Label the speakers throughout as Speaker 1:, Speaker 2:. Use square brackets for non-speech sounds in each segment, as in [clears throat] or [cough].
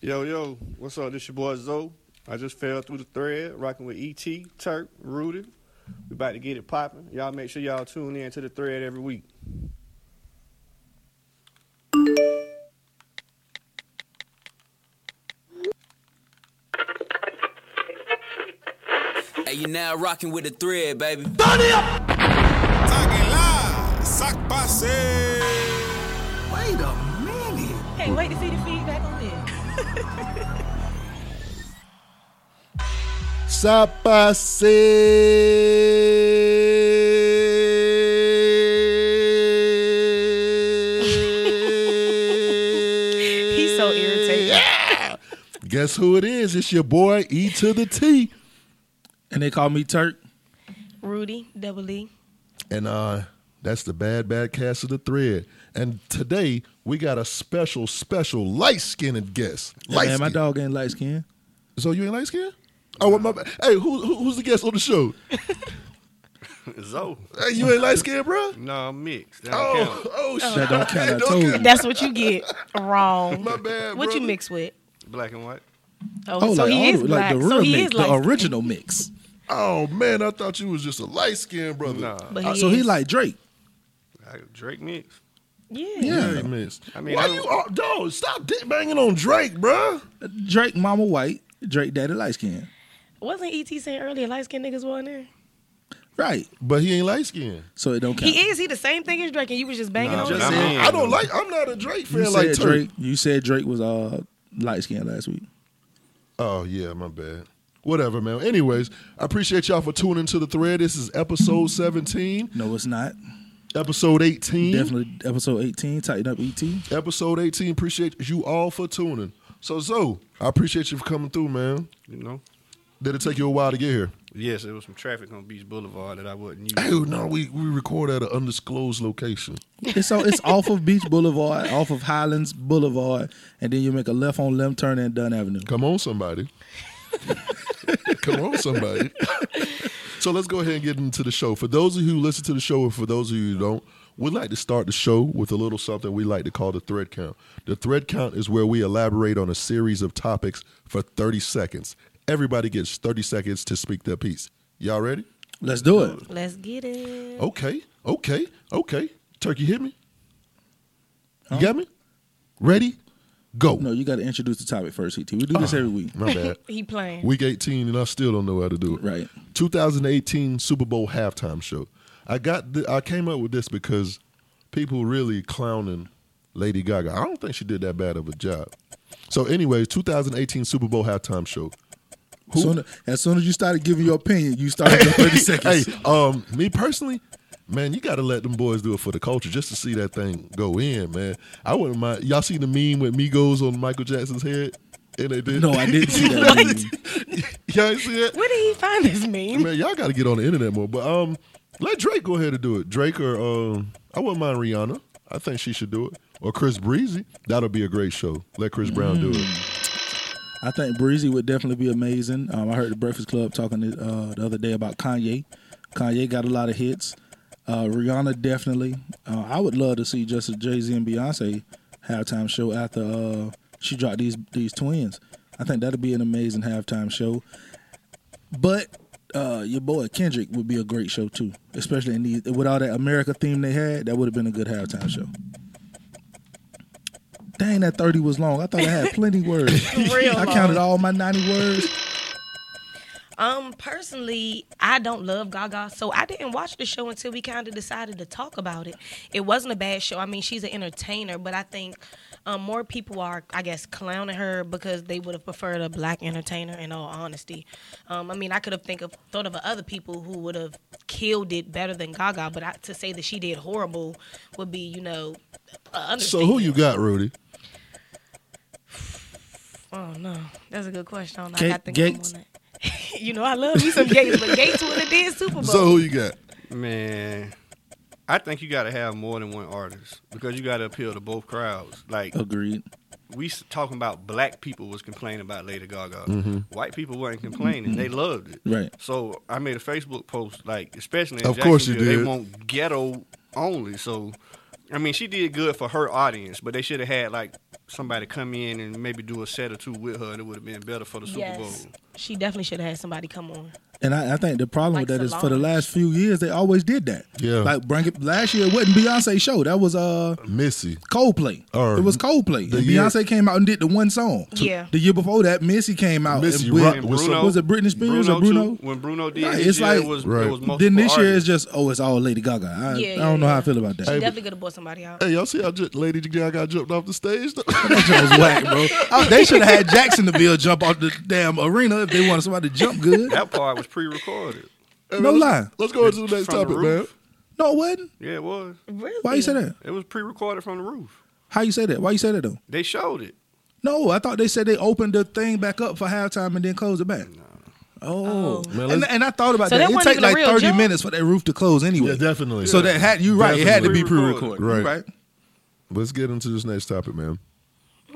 Speaker 1: Yo, yo, what's up? This your boy Zoe. I just fell through the thread, rocking with ET, Turk, Rooted. We about to get it popping. Y'all make sure y'all tune in to the thread every week.
Speaker 2: Hey, you now rocking with the thread, baby.
Speaker 3: Taguila, sac passé.
Speaker 4: Wait a minute.
Speaker 5: Can't wait to see the feedback on this.
Speaker 6: Ça passé.
Speaker 5: He's so irritating.
Speaker 6: Guess who it is? It's your boy E to the T.
Speaker 7: And they call me Turk.
Speaker 5: Rudy, double E.
Speaker 6: And uh that's the bad bad cast of the thread. And today we got a special, special light skinned guest. Light
Speaker 7: Man, my dog ain't light skinned.
Speaker 6: So you ain't light skinned? Oh, what my bad. Hey, who, who, who's the guest on the show?
Speaker 1: [laughs] Zoe.
Speaker 6: Hey, you ain't light skinned, bro?
Speaker 1: Nah, I'm mixed. That don't
Speaker 6: Oh,
Speaker 1: count.
Speaker 6: oh, shit.
Speaker 7: That don't count. I told you.
Speaker 5: That's what you get wrong.
Speaker 6: My bad,
Speaker 5: What you
Speaker 6: brother.
Speaker 5: mix with?
Speaker 1: Black and white.
Speaker 5: Oh,
Speaker 7: Oh,
Speaker 5: so
Speaker 7: like,
Speaker 5: he
Speaker 7: all
Speaker 5: is
Speaker 7: the-
Speaker 5: black.
Speaker 7: like the real
Speaker 5: so he
Speaker 7: mix,
Speaker 5: is like
Speaker 7: the original mix.
Speaker 6: Oh man, I thought you was just a light skinned brother.
Speaker 1: Nah,
Speaker 5: But
Speaker 7: Uh, so he
Speaker 5: is.
Speaker 7: like Drake.
Speaker 1: I, Drake mixed.
Speaker 5: yeah.
Speaker 6: Yeah, you missed.
Speaker 1: I mean,
Speaker 6: why
Speaker 1: I
Speaker 6: you
Speaker 1: don't-
Speaker 6: oh, dog? Stop dick banging on Drake, bruh.
Speaker 7: Drake mama white, Drake daddy light skinned.
Speaker 5: Wasn't ET saying earlier light skinned niggas were in there?
Speaker 7: Right.
Speaker 6: But he ain't light skinned.
Speaker 7: So it don't count.
Speaker 5: He is. He the same thing as Drake, and you was just banging
Speaker 1: Nah,
Speaker 5: on
Speaker 1: just
Speaker 5: him.
Speaker 1: saying. Man,
Speaker 6: I don't like. I'm not a Drake
Speaker 7: You
Speaker 6: fan
Speaker 7: said
Speaker 6: like Drake.
Speaker 7: Drake. You said Drake was uh light skinned last week.
Speaker 6: Oh yeah, my bad. Whatever, man. Anyways, I appreciate y'all for tuning to the thread. This is episode 17,
Speaker 7: No, it's not.
Speaker 5: Mm-hmm.
Speaker 6: episode 18,
Speaker 7: Definitely episode 18, tighten up E ET.
Speaker 6: episode 18. Appreciate you all for tuning. So, Zoe, I appreciate you for coming through, man.
Speaker 1: You know?
Speaker 6: Did it take you a while to get here?
Speaker 1: Yes, there was some traffic on Beach Boulevard that I wasn't
Speaker 6: Hey,
Speaker 1: used.
Speaker 6: no, we we record at an undisclosed location.
Speaker 7: It's on, it's off of Beach Boulevard, off of Highlands Boulevard, and then you make a left on left turn at Dunn Avenue.
Speaker 6: Come on, somebody. Come on, somebody. so let's go ahead and get into the show. For those of you who listen to the show, and for those of you who don't, we'd like to start the show with a little something we like to call the thread count. The thread count is where we elaborate on a series of topics for 30 seconds. Everybody gets 30 seconds to speak their piece. Y'all ready?
Speaker 7: Let's do it.
Speaker 5: Let's get
Speaker 7: Oh,
Speaker 5: it.
Speaker 6: Okay, okay, okay. Turkey, hit me. You got me? Ready? Go.
Speaker 7: No, you got to introduce the topic first, ET. We do this every week.
Speaker 6: My bad.
Speaker 5: [laughs] He playing.
Speaker 6: Week 18, and I still don't know how to do it.
Speaker 7: Right.
Speaker 6: 2018 Super Bowl halftime show. I got the, I came up with this because people really clowning Lady Gaga. I don't think she did that bad of a job. So, anyways, 2018 Super Bowl halftime
Speaker 7: [laughs]
Speaker 6: show.
Speaker 7: Soon- as soon as you started giving your opinion, you
Speaker 6: [laughs]
Speaker 7: started your 30 seconds.
Speaker 6: Hey, um, me personally, man, you got to let them boys do it for the culture just to see that thing go in, man. I wouldn't mind. Y'all seen the meme with Migos on Michael Jackson's head? And they did.
Speaker 7: No, I didn't see
Speaker 6: [laughs]
Speaker 7: that. meme.
Speaker 6: Y'all ain't see it?
Speaker 5: Where did he find this meme?
Speaker 6: Man, y'all got to get on the internet more. But um, let Drake go ahead and do it. Drake or um, I wouldn't mind Rihanna. I think she should do it. Or Chris Breezy. That'll be a great show. Let Chris Brown do it.
Speaker 7: I think Breezy would definitely be amazing. Um, I heard the Breakfast Club talking uh, the other day about Kanye. Kanye got a lot of hits. Uh, Rihanna definitely. Uh, I would love to see just a Jay Z and Beyonce halftime show after uh, she dropped these these twins. I think that'd be an amazing halftime show. But uh, your boy Kendrick would be a great show too, especially in these with all that America theme they had. That would have been a good halftime show. Dang, that thirty was long. I thought I had
Speaker 5: [laughs]
Speaker 7: plenty words.
Speaker 5: Real
Speaker 7: I
Speaker 5: long.
Speaker 7: counted all my ninety words.
Speaker 5: Um, personally, I don't love Gaga, so I didn't watch the show until we kind of decided to talk about it. It wasn't a bad show. I mean, she's an entertainer, but I think um, more people are, I guess, clowning her because they would have preferred a black entertainer. In all honesty, um, I mean, I could have think of thought of other people who would have killed it better than Gaga, but I, to say that she did horrible would be, you know, uh,
Speaker 6: So who you got, Rudy?
Speaker 5: Oh no, that's a good question. I don't know.
Speaker 7: Ga-
Speaker 5: I gotta think of
Speaker 7: Gates?
Speaker 5: one that- [laughs] you know, I love me some Gates, but Gates would have did Super Bowl.
Speaker 6: So who you got?
Speaker 1: [laughs] Man, I think you got to have more than one artist because you got to appeal to both crowds. Like,
Speaker 7: Agreed.
Speaker 1: we s- talking about black people was complaining about Lady Gaga. White people weren't complaining; they loved it.
Speaker 7: Mm-hmm. Right.
Speaker 1: So I made a Facebook post, like especially in
Speaker 6: Of course you
Speaker 1: Jacksonville,
Speaker 6: did.
Speaker 1: They want ghetto only. So I mean, she did good for her audience, but they should have had like somebody come in and maybe do a set or two with her, and it would have been better for the Super
Speaker 5: Yes,
Speaker 1: Bowl.
Speaker 5: she definitely should have had somebody come on.
Speaker 7: And I, I think the problem with
Speaker 5: Like
Speaker 7: that is for the
Speaker 5: Solange.
Speaker 7: last few years they always did that.
Speaker 6: Yeah.
Speaker 7: Like bring it last year it wasn't Beyonce show. That was uh
Speaker 6: Missy.
Speaker 7: Coldplay.
Speaker 6: Or
Speaker 7: it was Coldplay.
Speaker 6: the
Speaker 7: And
Speaker 6: year-
Speaker 7: Beyonce came out and did the one song.
Speaker 5: Yeah.
Speaker 7: The year before that, Missy came out.
Speaker 6: Missy
Speaker 7: and with-
Speaker 6: rocked with
Speaker 7: some- Uh, was it Britney Spears or Bruno?
Speaker 1: Too. When Bruno did,
Speaker 7: Right,
Speaker 1: his
Speaker 7: it's
Speaker 1: year, it
Speaker 7: like-
Speaker 1: was,
Speaker 6: Right.
Speaker 1: it was multiple
Speaker 7: then this year it's
Speaker 1: artists.
Speaker 7: just oh it's all Lady Gaga. I,
Speaker 5: Yeah,
Speaker 7: I
Speaker 5: yeah,
Speaker 7: don't know how I
Speaker 5: yeah.
Speaker 7: feel about
Speaker 5: She
Speaker 7: that.
Speaker 5: definitely could have bought somebody out.
Speaker 6: Hey, y'all see how just Lady Gaga jumped off the stage? [laughs]
Speaker 7: That shit [laughs] was whack, bro. Oh, they should have had Jacksonville jump off the damn arena if they wanted somebody to jump good.
Speaker 1: that part was pre-recorded.
Speaker 7: No lie.
Speaker 6: [laughs] Let's go into the next
Speaker 1: From the
Speaker 6: topic, man.
Speaker 1: roof.
Speaker 7: No, it wasn't.
Speaker 1: Yeah, it was.
Speaker 5: Really?
Speaker 7: Why you say that?
Speaker 1: It was pre-recorded from the roof.
Speaker 7: How you say that? Why you say that though?
Speaker 1: They showed it.
Speaker 7: No, I thought they said they opened the thing back up for halftime and then closed it back. Oh,
Speaker 6: Man, let's-
Speaker 7: and, and I thought about
Speaker 5: So that
Speaker 7: that. It
Speaker 5: wasn't
Speaker 7: take
Speaker 5: even a
Speaker 7: like
Speaker 5: real
Speaker 7: thirty
Speaker 5: jump?
Speaker 7: minutes for that roof to close anyway.
Speaker 6: Yeah, definitely.
Speaker 7: So that had you right. It had to be
Speaker 1: Definitely.
Speaker 7: pre-recorded,
Speaker 6: Right.
Speaker 7: right?
Speaker 6: Let's get into this next topic, man.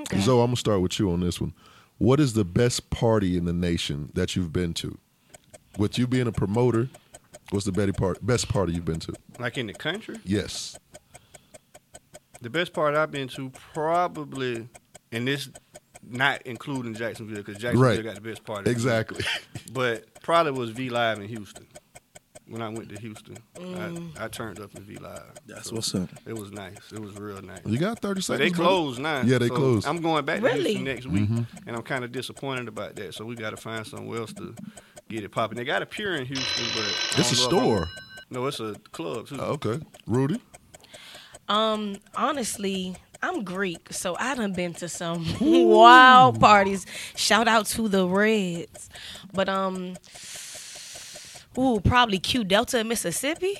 Speaker 5: Okay.
Speaker 6: Zoe, I'm gonna start with you on this one. What is the best party in the nation that you've been to? With you being a promoter, what's the betty part best party you've been to?
Speaker 1: Like in the country,
Speaker 6: Yes.
Speaker 1: the best part I've been to probably, and this not including Jacksonville because Jacksonville
Speaker 6: Right.
Speaker 1: got the best part.
Speaker 6: Exactly. [laughs]
Speaker 1: But probably was V Live in Houston. When I went to Houston,
Speaker 7: Mm.
Speaker 1: I, I turned up in V Live.
Speaker 7: That's what's up.
Speaker 1: It was nice. It was real nice.
Speaker 6: You got 30 seconds.
Speaker 1: But they
Speaker 6: brother?
Speaker 1: closed now.
Speaker 6: Yeah, they
Speaker 1: so
Speaker 6: closed.
Speaker 1: I'm going back to
Speaker 5: Really?
Speaker 1: Houston next week,
Speaker 7: Mm-hmm.
Speaker 1: and I'm kind of disappointed about that. So we got to find somewhere else to get it popping. They got a pier in Houston, but I
Speaker 6: It's a
Speaker 1: don't know if
Speaker 6: store.
Speaker 1: I'm- No, it's a club. too.
Speaker 6: Oh, okay. Rudy.
Speaker 5: Um, honestly, I'm Greek, so I done been to some wild parties. Shout out to the Reds. But um Ooh, probably Q Delta in Mississippi.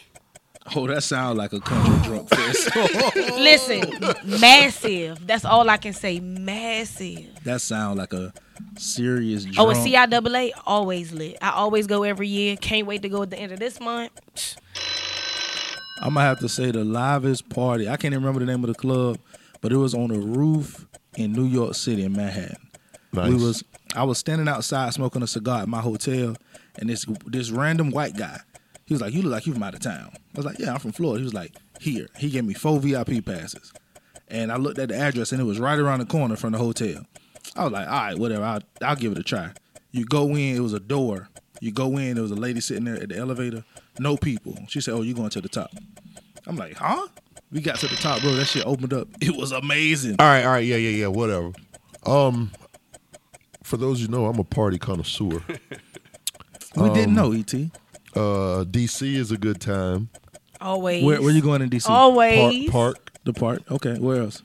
Speaker 7: Oh, that sounds like a country drunk fest. [laughs]
Speaker 5: Listen, massive. That's all I can say. Massive.
Speaker 7: that sounds like a serious. Drunk.
Speaker 5: Oh, and CIAA always lit. I always go every year. Can't wait to go at the end of this month.
Speaker 7: I'm gonna have to say the livest party. I can't even remember the name of the club, but it was on a roof in New York City in Manhattan.
Speaker 6: Nice.
Speaker 7: We was I was standing outside smoking a cigar at my hotel, and this this random white guy, he was like, "You look like you from out of town." I was like, "Yeah, I'm from Florida." He was like, "Here." He gave me four VIP passes, and I looked at the address, and it was right around the corner from the hotel. I was like, "All right, whatever. I'll, I'll give it a try." You go in, it was a door. You go in, there was a lady sitting there at the elevator, no people. She said, "Oh, you going to the top?" I'm like, "Huh?" We got to the top, bro. That shit opened up. It was amazing.
Speaker 6: All right, all right, yeah, yeah, yeah, whatever. Um for those you know, I'm a party [laughs] connoisseur.
Speaker 7: We didn't know, E Et.
Speaker 6: uh DC is a good time.
Speaker 5: Always.
Speaker 7: Where, where you going in DC?
Speaker 6: Park
Speaker 5: Always.
Speaker 6: Park.
Speaker 7: The park. Okay. Where else?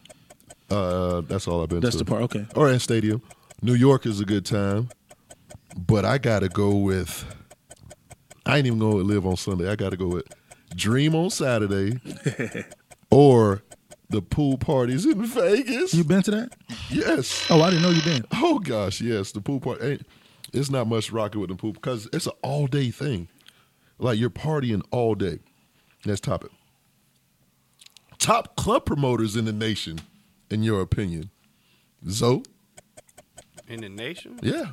Speaker 6: Uh that's all I've been
Speaker 7: That's
Speaker 6: to.
Speaker 7: the park. Okay.
Speaker 6: Or in stadium. New York is a good time. But I gotta go with I ain't even gonna live on Sunday. I gotta go with Dream on Saturday [laughs] or the pool parties in Vegas.
Speaker 7: You been to that?
Speaker 6: yes.
Speaker 7: Oh, I didn't know you been.
Speaker 6: [laughs] Oh gosh, yes, the pool party. Ain't, it's not much rocking with the pool because it's an all day thing. Like you're partying all day. Next topic. Top club promoters in the nation, in your opinion. Zoe?
Speaker 1: in the nation.
Speaker 6: Yeah.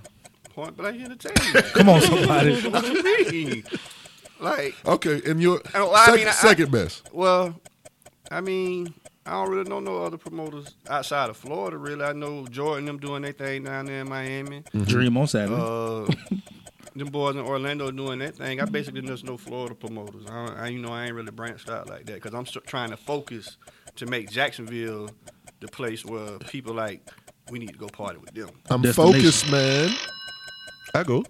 Speaker 1: Point blank entertainment. [laughs]
Speaker 7: Come on, somebody.
Speaker 1: what you mean? Like,
Speaker 6: Okay, and your
Speaker 1: Oh, I
Speaker 6: sec-
Speaker 1: mean, I-
Speaker 6: second best.
Speaker 1: well, I mean, I don't really know no other promoters outside of Florida. Really, I know Jordan them doing their thing down there in Miami.
Speaker 7: Dream on Saturday.
Speaker 1: Uh, them boys in Orlando doing that thing. I basically just know Florida promoters. I, don't- I you know, I ain't really branched out like that because I'm still trying to focus to make Jacksonville the place where people like we need to go party with them.
Speaker 6: I'm
Speaker 7: Destination.
Speaker 6: focused, man. I go.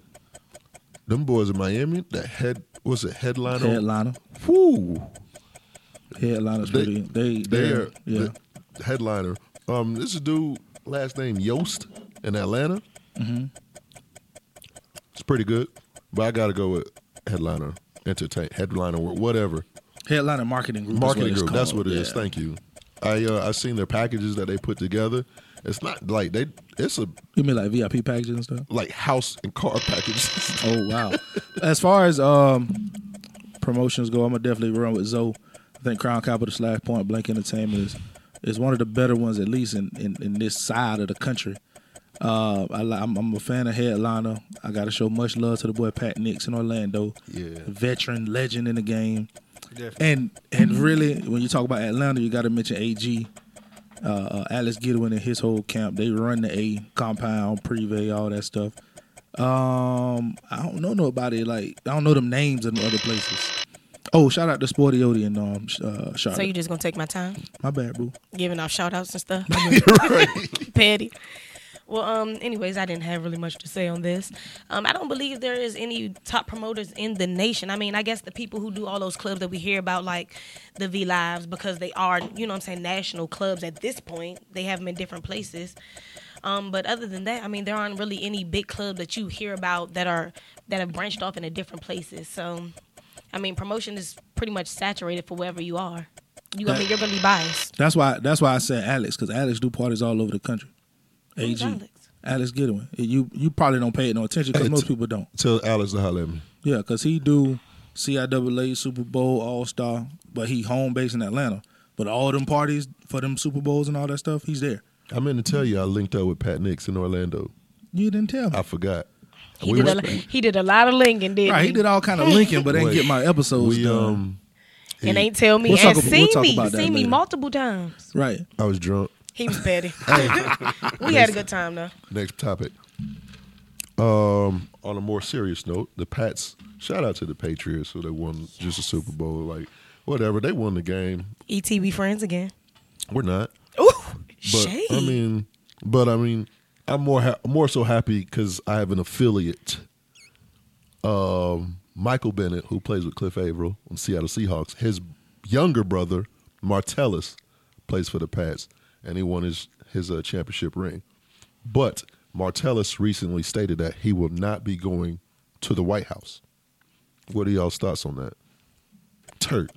Speaker 6: Them boys in Miami, the head was a headliner.
Speaker 7: headliner.
Speaker 6: Woo.
Speaker 7: Headliners.
Speaker 6: They-
Speaker 7: pretty. They. They.
Speaker 6: They're
Speaker 7: yeah.
Speaker 6: the headliner. Um, this is a dude last name Yost in Atlanta. It's pretty good, but I gotta go with headliner, entertain headliner, wh- whatever
Speaker 7: headliner marketing group.
Speaker 6: marketing
Speaker 7: is
Speaker 6: group.
Speaker 7: what
Speaker 6: That's what it is.
Speaker 7: Thank
Speaker 6: Thank you. I uh, I seen their packages that they put together. It's not like they. It's a
Speaker 7: you. You mean like VIP packages and stuff?
Speaker 6: like house and car [laughs] package.
Speaker 7: Oh wow. as far as um promotions go, I'm gonna definitely run with Zoe. I think Crown Capital slash Point Blank Entertainment is is one of the better ones, at least in in, in this side of the country. Uh, I, li- I'm, I'm a fan of headliner. I got to show much love to the boy Pat Nix in Orlando.
Speaker 6: Yeah.
Speaker 7: veteran legend in the game.
Speaker 1: Definitely.
Speaker 7: And and really, when you talk about Atlanta, you got to mention AG, uh, uh, Alex Goodwin and his whole camp. They run the A compound, Privé, all that stuff. Um, I don't know nobody like I don't know them names in other places. Oh, shout out to Sportiote and um, sh- uh, Charlotte.
Speaker 5: So you just gonna take my time
Speaker 7: My bad, bro.
Speaker 5: giving off shout outs and stuff?
Speaker 6: right.
Speaker 5: [laughs] Petty. Well, um, anyways, I didn't have really much to say on this. Um, I don't believe there is any top promoters in the nation. I mean, I guess the people who do all those clubs that we hear about, like the V Lives, because they are, you know what I'm saying, national clubs at this point. They have them in different places. Um, but other than that, I mean, there aren't really any big clubs that you hear about that are that have branched off into different places. So, I mean, promotion is pretty much saturated for wherever you are. You, I mean, you're gonna be biased.
Speaker 7: That's why. That's why I said Alex because Alex do parties all over the country.
Speaker 5: Who's
Speaker 7: AG.
Speaker 5: Alex?
Speaker 7: Alex Goodwin. You you probably don't pay it no attention because
Speaker 6: Hey,
Speaker 7: most
Speaker 6: t-
Speaker 7: people don't.
Speaker 6: Tell Alex to holler at me.
Speaker 7: Yeah, because he do CIAA Super Bowl All Star, but he home base in Atlanta. But all them parties for them Super Bowls and all that stuff, he's there.
Speaker 6: I meant to tell you I linked up with Pat Nix in Orlando.
Speaker 7: You didn't tell me.
Speaker 6: I forgot.
Speaker 5: He
Speaker 6: we
Speaker 5: did, a,
Speaker 6: went-
Speaker 5: lo- he did a lot of linging, didn't
Speaker 7: Right,
Speaker 5: he?
Speaker 7: he did all kind of linking, but ain't
Speaker 6: Wait.
Speaker 7: get my episodes
Speaker 6: we
Speaker 7: done.
Speaker 6: um
Speaker 5: and ain't tell me
Speaker 7: We'll
Speaker 5: and
Speaker 7: talk ab-
Speaker 5: see
Speaker 7: we'll talk
Speaker 5: me,
Speaker 7: about that
Speaker 5: see me
Speaker 7: later.
Speaker 5: multiple times.
Speaker 7: Right.
Speaker 6: I was drunk.
Speaker 5: He was
Speaker 7: [laughs]
Speaker 5: petty. we had a good time though.
Speaker 6: Next topic. Um, on a more serious note, the Pats. Shout out to the Patriots who they won just a Super Bowl. Like whatever they won the game.
Speaker 5: Et, E we friends again.
Speaker 6: We're not.
Speaker 5: Ooh,
Speaker 6: But
Speaker 5: shade.
Speaker 6: I mean, but I mean, I'm more ha- more so happy because I have an affiliate, um, Michael Bennett, who plays with Cliff Averill on Seattle Seahawks. His younger brother Martellus plays for the Pats, and he won his his uh, championship ring. But Martellus recently stated that he will not be going to the White House. What are y'all's thoughts on that? Turd.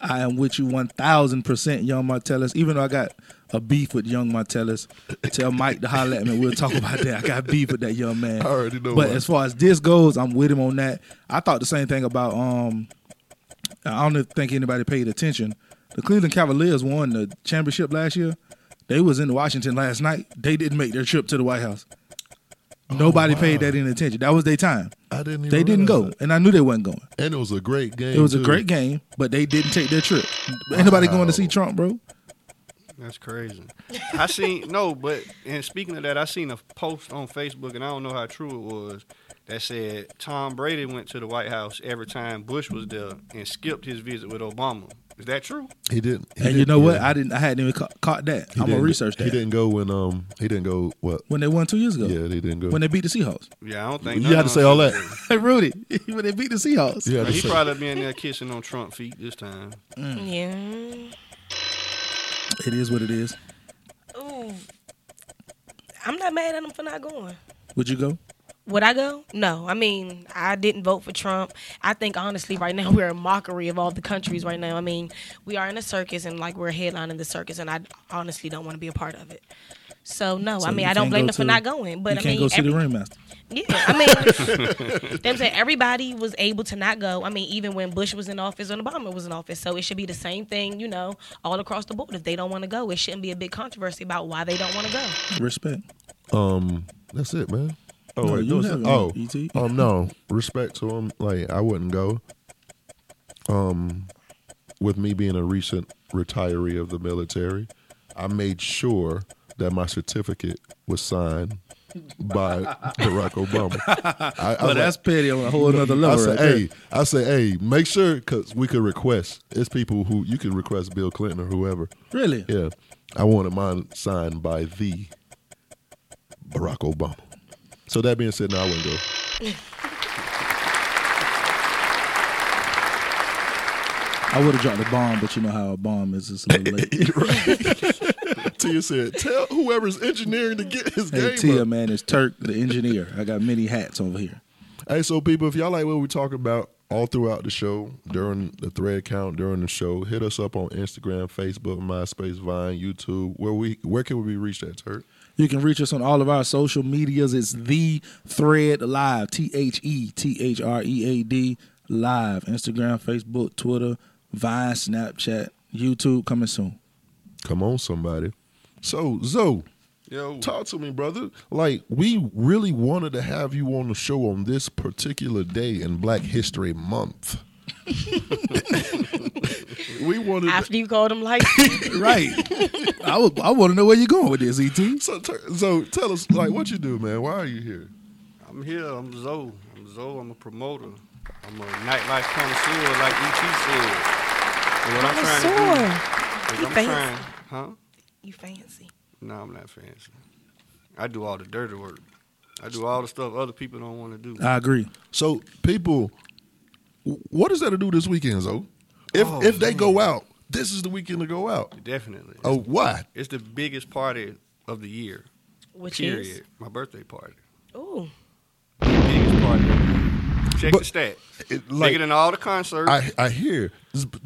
Speaker 7: I am with you 1000%, Young Martellus. Even though I got a beef with Young Martellus, tell Mike to holler at me. We'll talk about that. I got beef with that young man.
Speaker 6: I already know
Speaker 7: But
Speaker 6: why.
Speaker 7: as far as this goes, I'm with him on that. I thought the same thing about, um, I don't think anybody paid attention. The Cleveland Cavaliers won the championship last year. They was in Washington last night. They didn't make their trip to the White House. Nobody paid that any attention. That was their time.
Speaker 6: Oh, I didn't. Even
Speaker 7: They didn't
Speaker 6: realize
Speaker 7: go,
Speaker 6: that.
Speaker 7: and I knew they wasn't going.
Speaker 6: and it was a great game.
Speaker 7: It was a
Speaker 6: too.
Speaker 7: great game, but they didn't take their trip. Anybody going to see Trump, bro?
Speaker 1: That's crazy. I seen no, but and speaking of that, I seen a post on Facebook, and I don't know how true it was. That said, Tom Brady went to the White House every time Bush was there and skipped his visit with Obama. Is that true?
Speaker 6: He didn't. he
Speaker 7: And you
Speaker 6: didn't-
Speaker 7: know what?
Speaker 6: yeah.
Speaker 7: I didn't. I hadn't even ca- caught that.
Speaker 6: He
Speaker 7: I'm gonna
Speaker 6: didn't-
Speaker 7: research that.
Speaker 6: He didn't go when um he didn't go what?
Speaker 7: When they won two years ago.
Speaker 6: Yeah, he didn't go.
Speaker 7: When they beat the Seahawks.
Speaker 1: Yeah, I don't think
Speaker 6: you
Speaker 1: none
Speaker 6: had to
Speaker 1: of
Speaker 6: say
Speaker 1: them-
Speaker 6: all that.
Speaker 7: [laughs] Hey Rudy, when they beat the Seahawks.
Speaker 6: You had to
Speaker 1: He
Speaker 6: say-
Speaker 1: probably been there kissing on Trump feet this time.
Speaker 5: Yeah.
Speaker 7: It is what it is.
Speaker 5: Ooh. I'm not mad at him for not going.
Speaker 7: Would you go?
Speaker 5: Would I go? No. I mean, I didn't vote for Trump. I think honestly, right now [laughs] we're a mockery of all the countries. Right now, I mean, we are in a circus and like we're headlining the circus, and I honestly don't want to be a part of it. So no,
Speaker 7: So
Speaker 5: I mean,
Speaker 7: you
Speaker 5: I don't
Speaker 7: can't
Speaker 5: blame
Speaker 7: go
Speaker 5: them for
Speaker 7: to-
Speaker 5: not going. But
Speaker 7: you
Speaker 5: I
Speaker 7: can't
Speaker 5: mean,
Speaker 7: go see
Speaker 5: every-
Speaker 7: the ringmaster.
Speaker 5: Yeah, I mean,
Speaker 7: [laughs]
Speaker 5: them saying everybody was able to not go. I mean, even when Bush was in office and Obama was in office, so it should be the same thing, you know, all across the board. If they don't want to go, it shouldn't be a big controversy about why they don't want to go.
Speaker 7: Respect.
Speaker 6: um that's it, man. Oh,
Speaker 7: No,
Speaker 6: wait,
Speaker 7: you E
Speaker 6: no, it's-
Speaker 7: haven't,
Speaker 6: oh,
Speaker 7: ET.
Speaker 6: um, no respect to him. Like I wouldn't go. Um, with me being a recent retiree of the military, I made sure that my certificate was signed by Barack Obama. I, I
Speaker 7: But
Speaker 6: was like,
Speaker 7: that's petty on a whole another
Speaker 6: I
Speaker 7: level.
Speaker 6: say,
Speaker 7: right there.
Speaker 6: hey, I say, hey, make sure because we could request. It's people who you can request Bill Clinton or whoever.
Speaker 7: Really?
Speaker 6: Yeah, I wanted mine signed by the Barack Obama. So that being said, now I wouldn't
Speaker 7: [laughs]
Speaker 6: go. [laughs]
Speaker 7: I would have dropped a bomb, but you know how a bomb is. It's a little
Speaker 6: [laughs]
Speaker 7: late.
Speaker 6: Tia said, tell whoever's engineering to get his
Speaker 7: hey
Speaker 6: game.
Speaker 7: Tia,
Speaker 6: up.
Speaker 7: man, it's Turk, the engineer. I got many hats over here.
Speaker 6: Hey, so people, if y'all like what we're talking about all throughout the show, during the thread count, during the show, hit us up on Instagram, Facebook, MySpace, Vine, YouTube. Where we where can we be reached at, Turk?
Speaker 7: You can reach us on all of our social medias. It's the Thread Live, T H E T H R E A D Live. Instagram, Facebook, Twitter, Vine, Snapchat, YouTube coming soon.
Speaker 6: Come on, somebody. So, Zoe,
Speaker 1: Yo,
Speaker 6: talk to me, brother. Like, we really wanted to have you on the show on this particular day in Black History Month. [laughs] We wanted
Speaker 5: After you called
Speaker 1: [laughs]
Speaker 5: him like,
Speaker 7: right. [laughs] I would, I want to know where you're going with this, E Et.
Speaker 6: so, ter- so tell us like what you do, man. Why are you here?
Speaker 1: I'm here. I'm Zoe. I'm Zoe. I'm a promoter. I'm a nightlife connoisseur, like E.T. said. And what I'm trying to
Speaker 5: sore.
Speaker 1: do is
Speaker 5: You
Speaker 1: I'm
Speaker 5: fancy.
Speaker 1: trying, huh?
Speaker 5: You fancy.
Speaker 1: No, I'm not fancy. I do all the dirty work. I do all the stuff other people don't want to do.
Speaker 6: Uh,
Speaker 7: I agree.
Speaker 6: So people, w- what is there to do this weekend, Zo? If
Speaker 1: Oh,
Speaker 6: if they
Speaker 1: man.
Speaker 6: go out, this is the weekend to go out.
Speaker 1: Definitely.
Speaker 6: Oh, why?
Speaker 1: It's the biggest party of the year.
Speaker 5: Which
Speaker 1: period.
Speaker 5: is
Speaker 1: My birthday party.
Speaker 5: ooh,
Speaker 1: The biggest party. of the year. Check
Speaker 6: But-
Speaker 1: the stats.
Speaker 6: It, like
Speaker 1: Bigger than all the concerts. I,
Speaker 6: I I hear.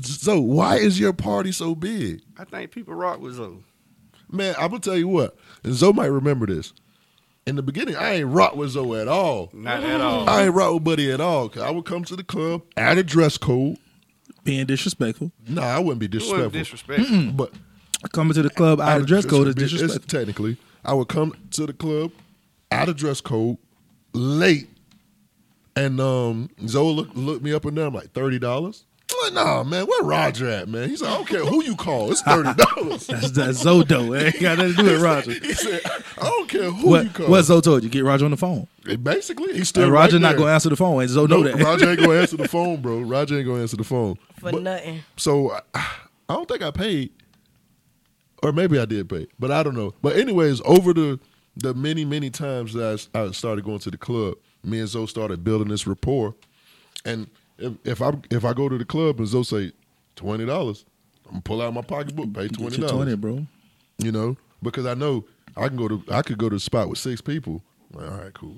Speaker 6: So why is your party so big?
Speaker 1: think people rock with Zoe.
Speaker 6: Man, I'm gonna tell you what. and Zoe might remember this. In the beginning, I ain't rock with Zoe at all.
Speaker 1: Not
Speaker 6: [laughs]
Speaker 1: at all.
Speaker 6: I ain't rock with Buddy at all. Cause I would come to the club, add a dress code.
Speaker 7: Being disrespectful,
Speaker 6: Nah, I wouldn't be
Speaker 1: It wasn't
Speaker 6: disrespectful.
Speaker 1: disrespect.
Speaker 6: Mm, But
Speaker 7: coming to the club out of dress code is
Speaker 6: It's
Speaker 7: disrespectful.
Speaker 6: Technically, I would come to the club out of dress code late, and um, Zoe look, looked me up and down I'm like thirty dollars. Like, nah, man, where Roger at, man? He's like, I don't care who you call, it's thirty dollars.
Speaker 7: That's, that's Zodo. [laughs] It ain't got nothing to do with [laughs] Roger.
Speaker 6: he said, I don't care who you
Speaker 7: What,
Speaker 6: call.
Speaker 7: what Zo told you? Get Roger on the phone.
Speaker 6: And basically, he's still
Speaker 7: And Roger
Speaker 6: right
Speaker 7: not
Speaker 6: there.
Speaker 7: gonna answer the phone. And Zo know
Speaker 6: No,
Speaker 7: that.
Speaker 6: Roger ain't
Speaker 7: [laughs]
Speaker 6: gonna answer the phone, bro. Roger ain't gonna answer the phone.
Speaker 5: for
Speaker 6: But-
Speaker 5: nothing.
Speaker 6: So I, I don't think I paid, or maybe I did pay, but I don't know. But anyways, over the the many many times that I, I started going to the club, me and Zoe started building this rapport. And if, if I if I go to the club and Zoe say twenty dollars, I'm gonna pull out my pocketbook, pay
Speaker 7: Get
Speaker 6: twenty
Speaker 7: your twenty,
Speaker 6: dollars.
Speaker 7: bro.
Speaker 6: You know, because I know I can go to I could go to the spot with six people. Like, all right, cool.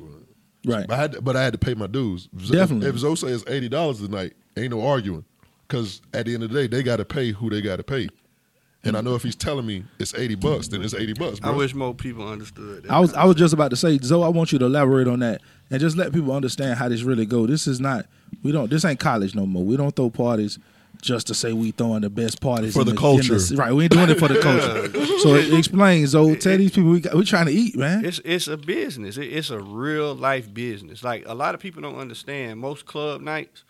Speaker 7: Right.
Speaker 6: But I had to, but I had to pay my dues. If-
Speaker 7: Definitely.
Speaker 6: If Zosa is eighty dollars tonight, ain't no arguing. Cause at the end of the day, they gotta pay who they gotta pay. And I know if he's telling me it's eighty bucks, then it's eighty bucks.
Speaker 1: I
Speaker 6: Bro.
Speaker 1: wish more people understood that.
Speaker 7: I was I was just about to say, Zoe, I want you to elaborate on that and just let people understand how this really go. This is not we don't this ain't college no more. We don't throw parties just to say we throwing the best parties
Speaker 6: For
Speaker 7: in
Speaker 6: the
Speaker 7: in
Speaker 6: culture.
Speaker 7: right? We ain't doing it
Speaker 6: [laughs]
Speaker 7: for the culture. So explain, Zoe. Tell these people we got, we trying to eat, man.
Speaker 1: It's it's a business. It, it's a real life business. Like a lot of people don't understand. Most club nights,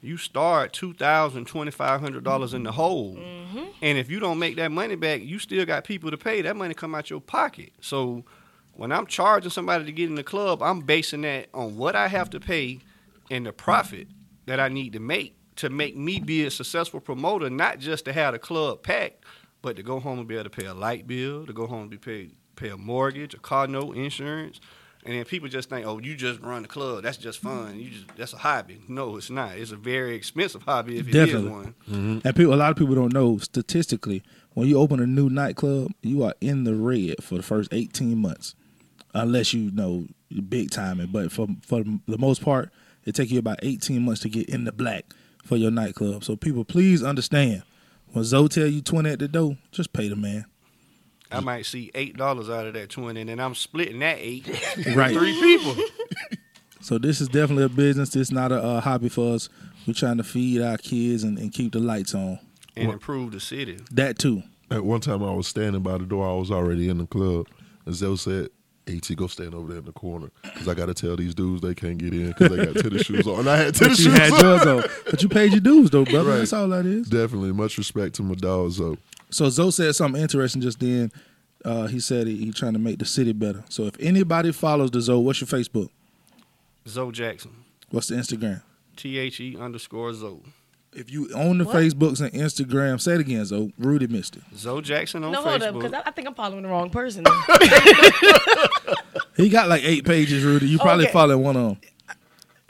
Speaker 1: you start two thousand twenty five hundred dollars in the hole, and if you don't make that money back, you still got people to pay. That money come out your pocket. So when I'm charging somebody to get in the club, I'm basing that on what I have to pay and the profit that I need to make to make me be a successful promoter, not just to have the club packed, but to go home and be able to pay a light bill, to go home and be paid pay a mortgage, a car note, insurance. And then people just think, oh, you just run the club. That's just fun. You just that's a hobby. No, it's not. It's a very expensive hobby if it is
Speaker 7: Definitely.
Speaker 1: one.
Speaker 7: And people, a lot of people don't know statistically when you open a new nightclub, you are in the red for the first eighteen months, unless you know big timing. But for for the most part, it take you about eighteen months to get in the black for your nightclub. So people, please understand when Zoe tell you twenty at the door, just pay the man.
Speaker 1: I might see eight dollars out of that twenty, and then I'm splitting that eight with
Speaker 7: [laughs] Right.
Speaker 1: three people.
Speaker 7: So this is definitely a business. This is not a, uh hobby for us. We're trying to feed our kids and, and keep the lights on.
Speaker 1: And improve the city.
Speaker 7: That too.
Speaker 6: At one time I was standing by the door, I was already in the club. And Zoe said, AT, go stand over there in the corner. Cause I gotta tell these dudes they can't get in because they got tennis shoes on. And I had tennis
Speaker 7: [laughs] But you
Speaker 6: shoes
Speaker 7: had
Speaker 6: on.
Speaker 7: yours though. But you paid your dues though, brother. That's all that is.
Speaker 6: Definitely. Much respect to my dog Zoe.
Speaker 7: So Zoe said something interesting just then. Uh, he said he, he trying to make the city better. So if anybody follows the Zoe, what's your Facebook?
Speaker 1: Zoe Jackson.
Speaker 7: What's the Instagram?
Speaker 1: T H E underscore Zoe.
Speaker 7: If you own the
Speaker 5: What?
Speaker 7: Facebooks and Instagram, say it again, Zoe. Rudy missed it.
Speaker 1: Zoe Jackson on
Speaker 5: No, hold up, because
Speaker 1: Facebook.
Speaker 5: I, I think I'm following the wrong person.
Speaker 7: He got like eight pages, Rudy. You probably
Speaker 5: Okay.
Speaker 7: follow one of them.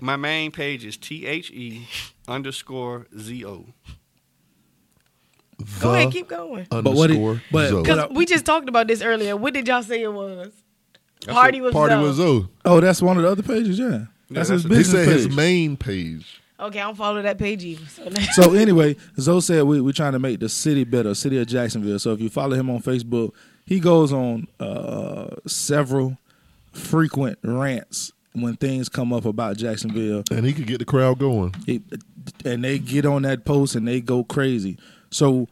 Speaker 1: My main page is T H E underscore Z O.
Speaker 5: Go ahead, keep going.
Speaker 6: Uh,
Speaker 7: But what it-
Speaker 6: Underscore
Speaker 7: but-
Speaker 6: Zoe.
Speaker 7: Cause-
Speaker 5: Because we just talked about this earlier. What did y'all say it was? Party was
Speaker 6: Party
Speaker 5: Zoe.
Speaker 6: with Zoe.
Speaker 7: Oh, that's one of the other pages. Yeah,
Speaker 1: that's
Speaker 7: that's his
Speaker 1: a-
Speaker 6: He
Speaker 7: business
Speaker 6: said
Speaker 7: page.
Speaker 6: his main page.
Speaker 5: Okay, I don't follow that page either. So that's
Speaker 7: so anyway, Zoe said we we're trying to make the city better, city of Jacksonville. So if you follow him on Facebook, he goes on uh, several frequent rants when things come up about Jacksonville.
Speaker 6: And he could get the crowd going.
Speaker 7: It, and they get on that post and they go crazy. So,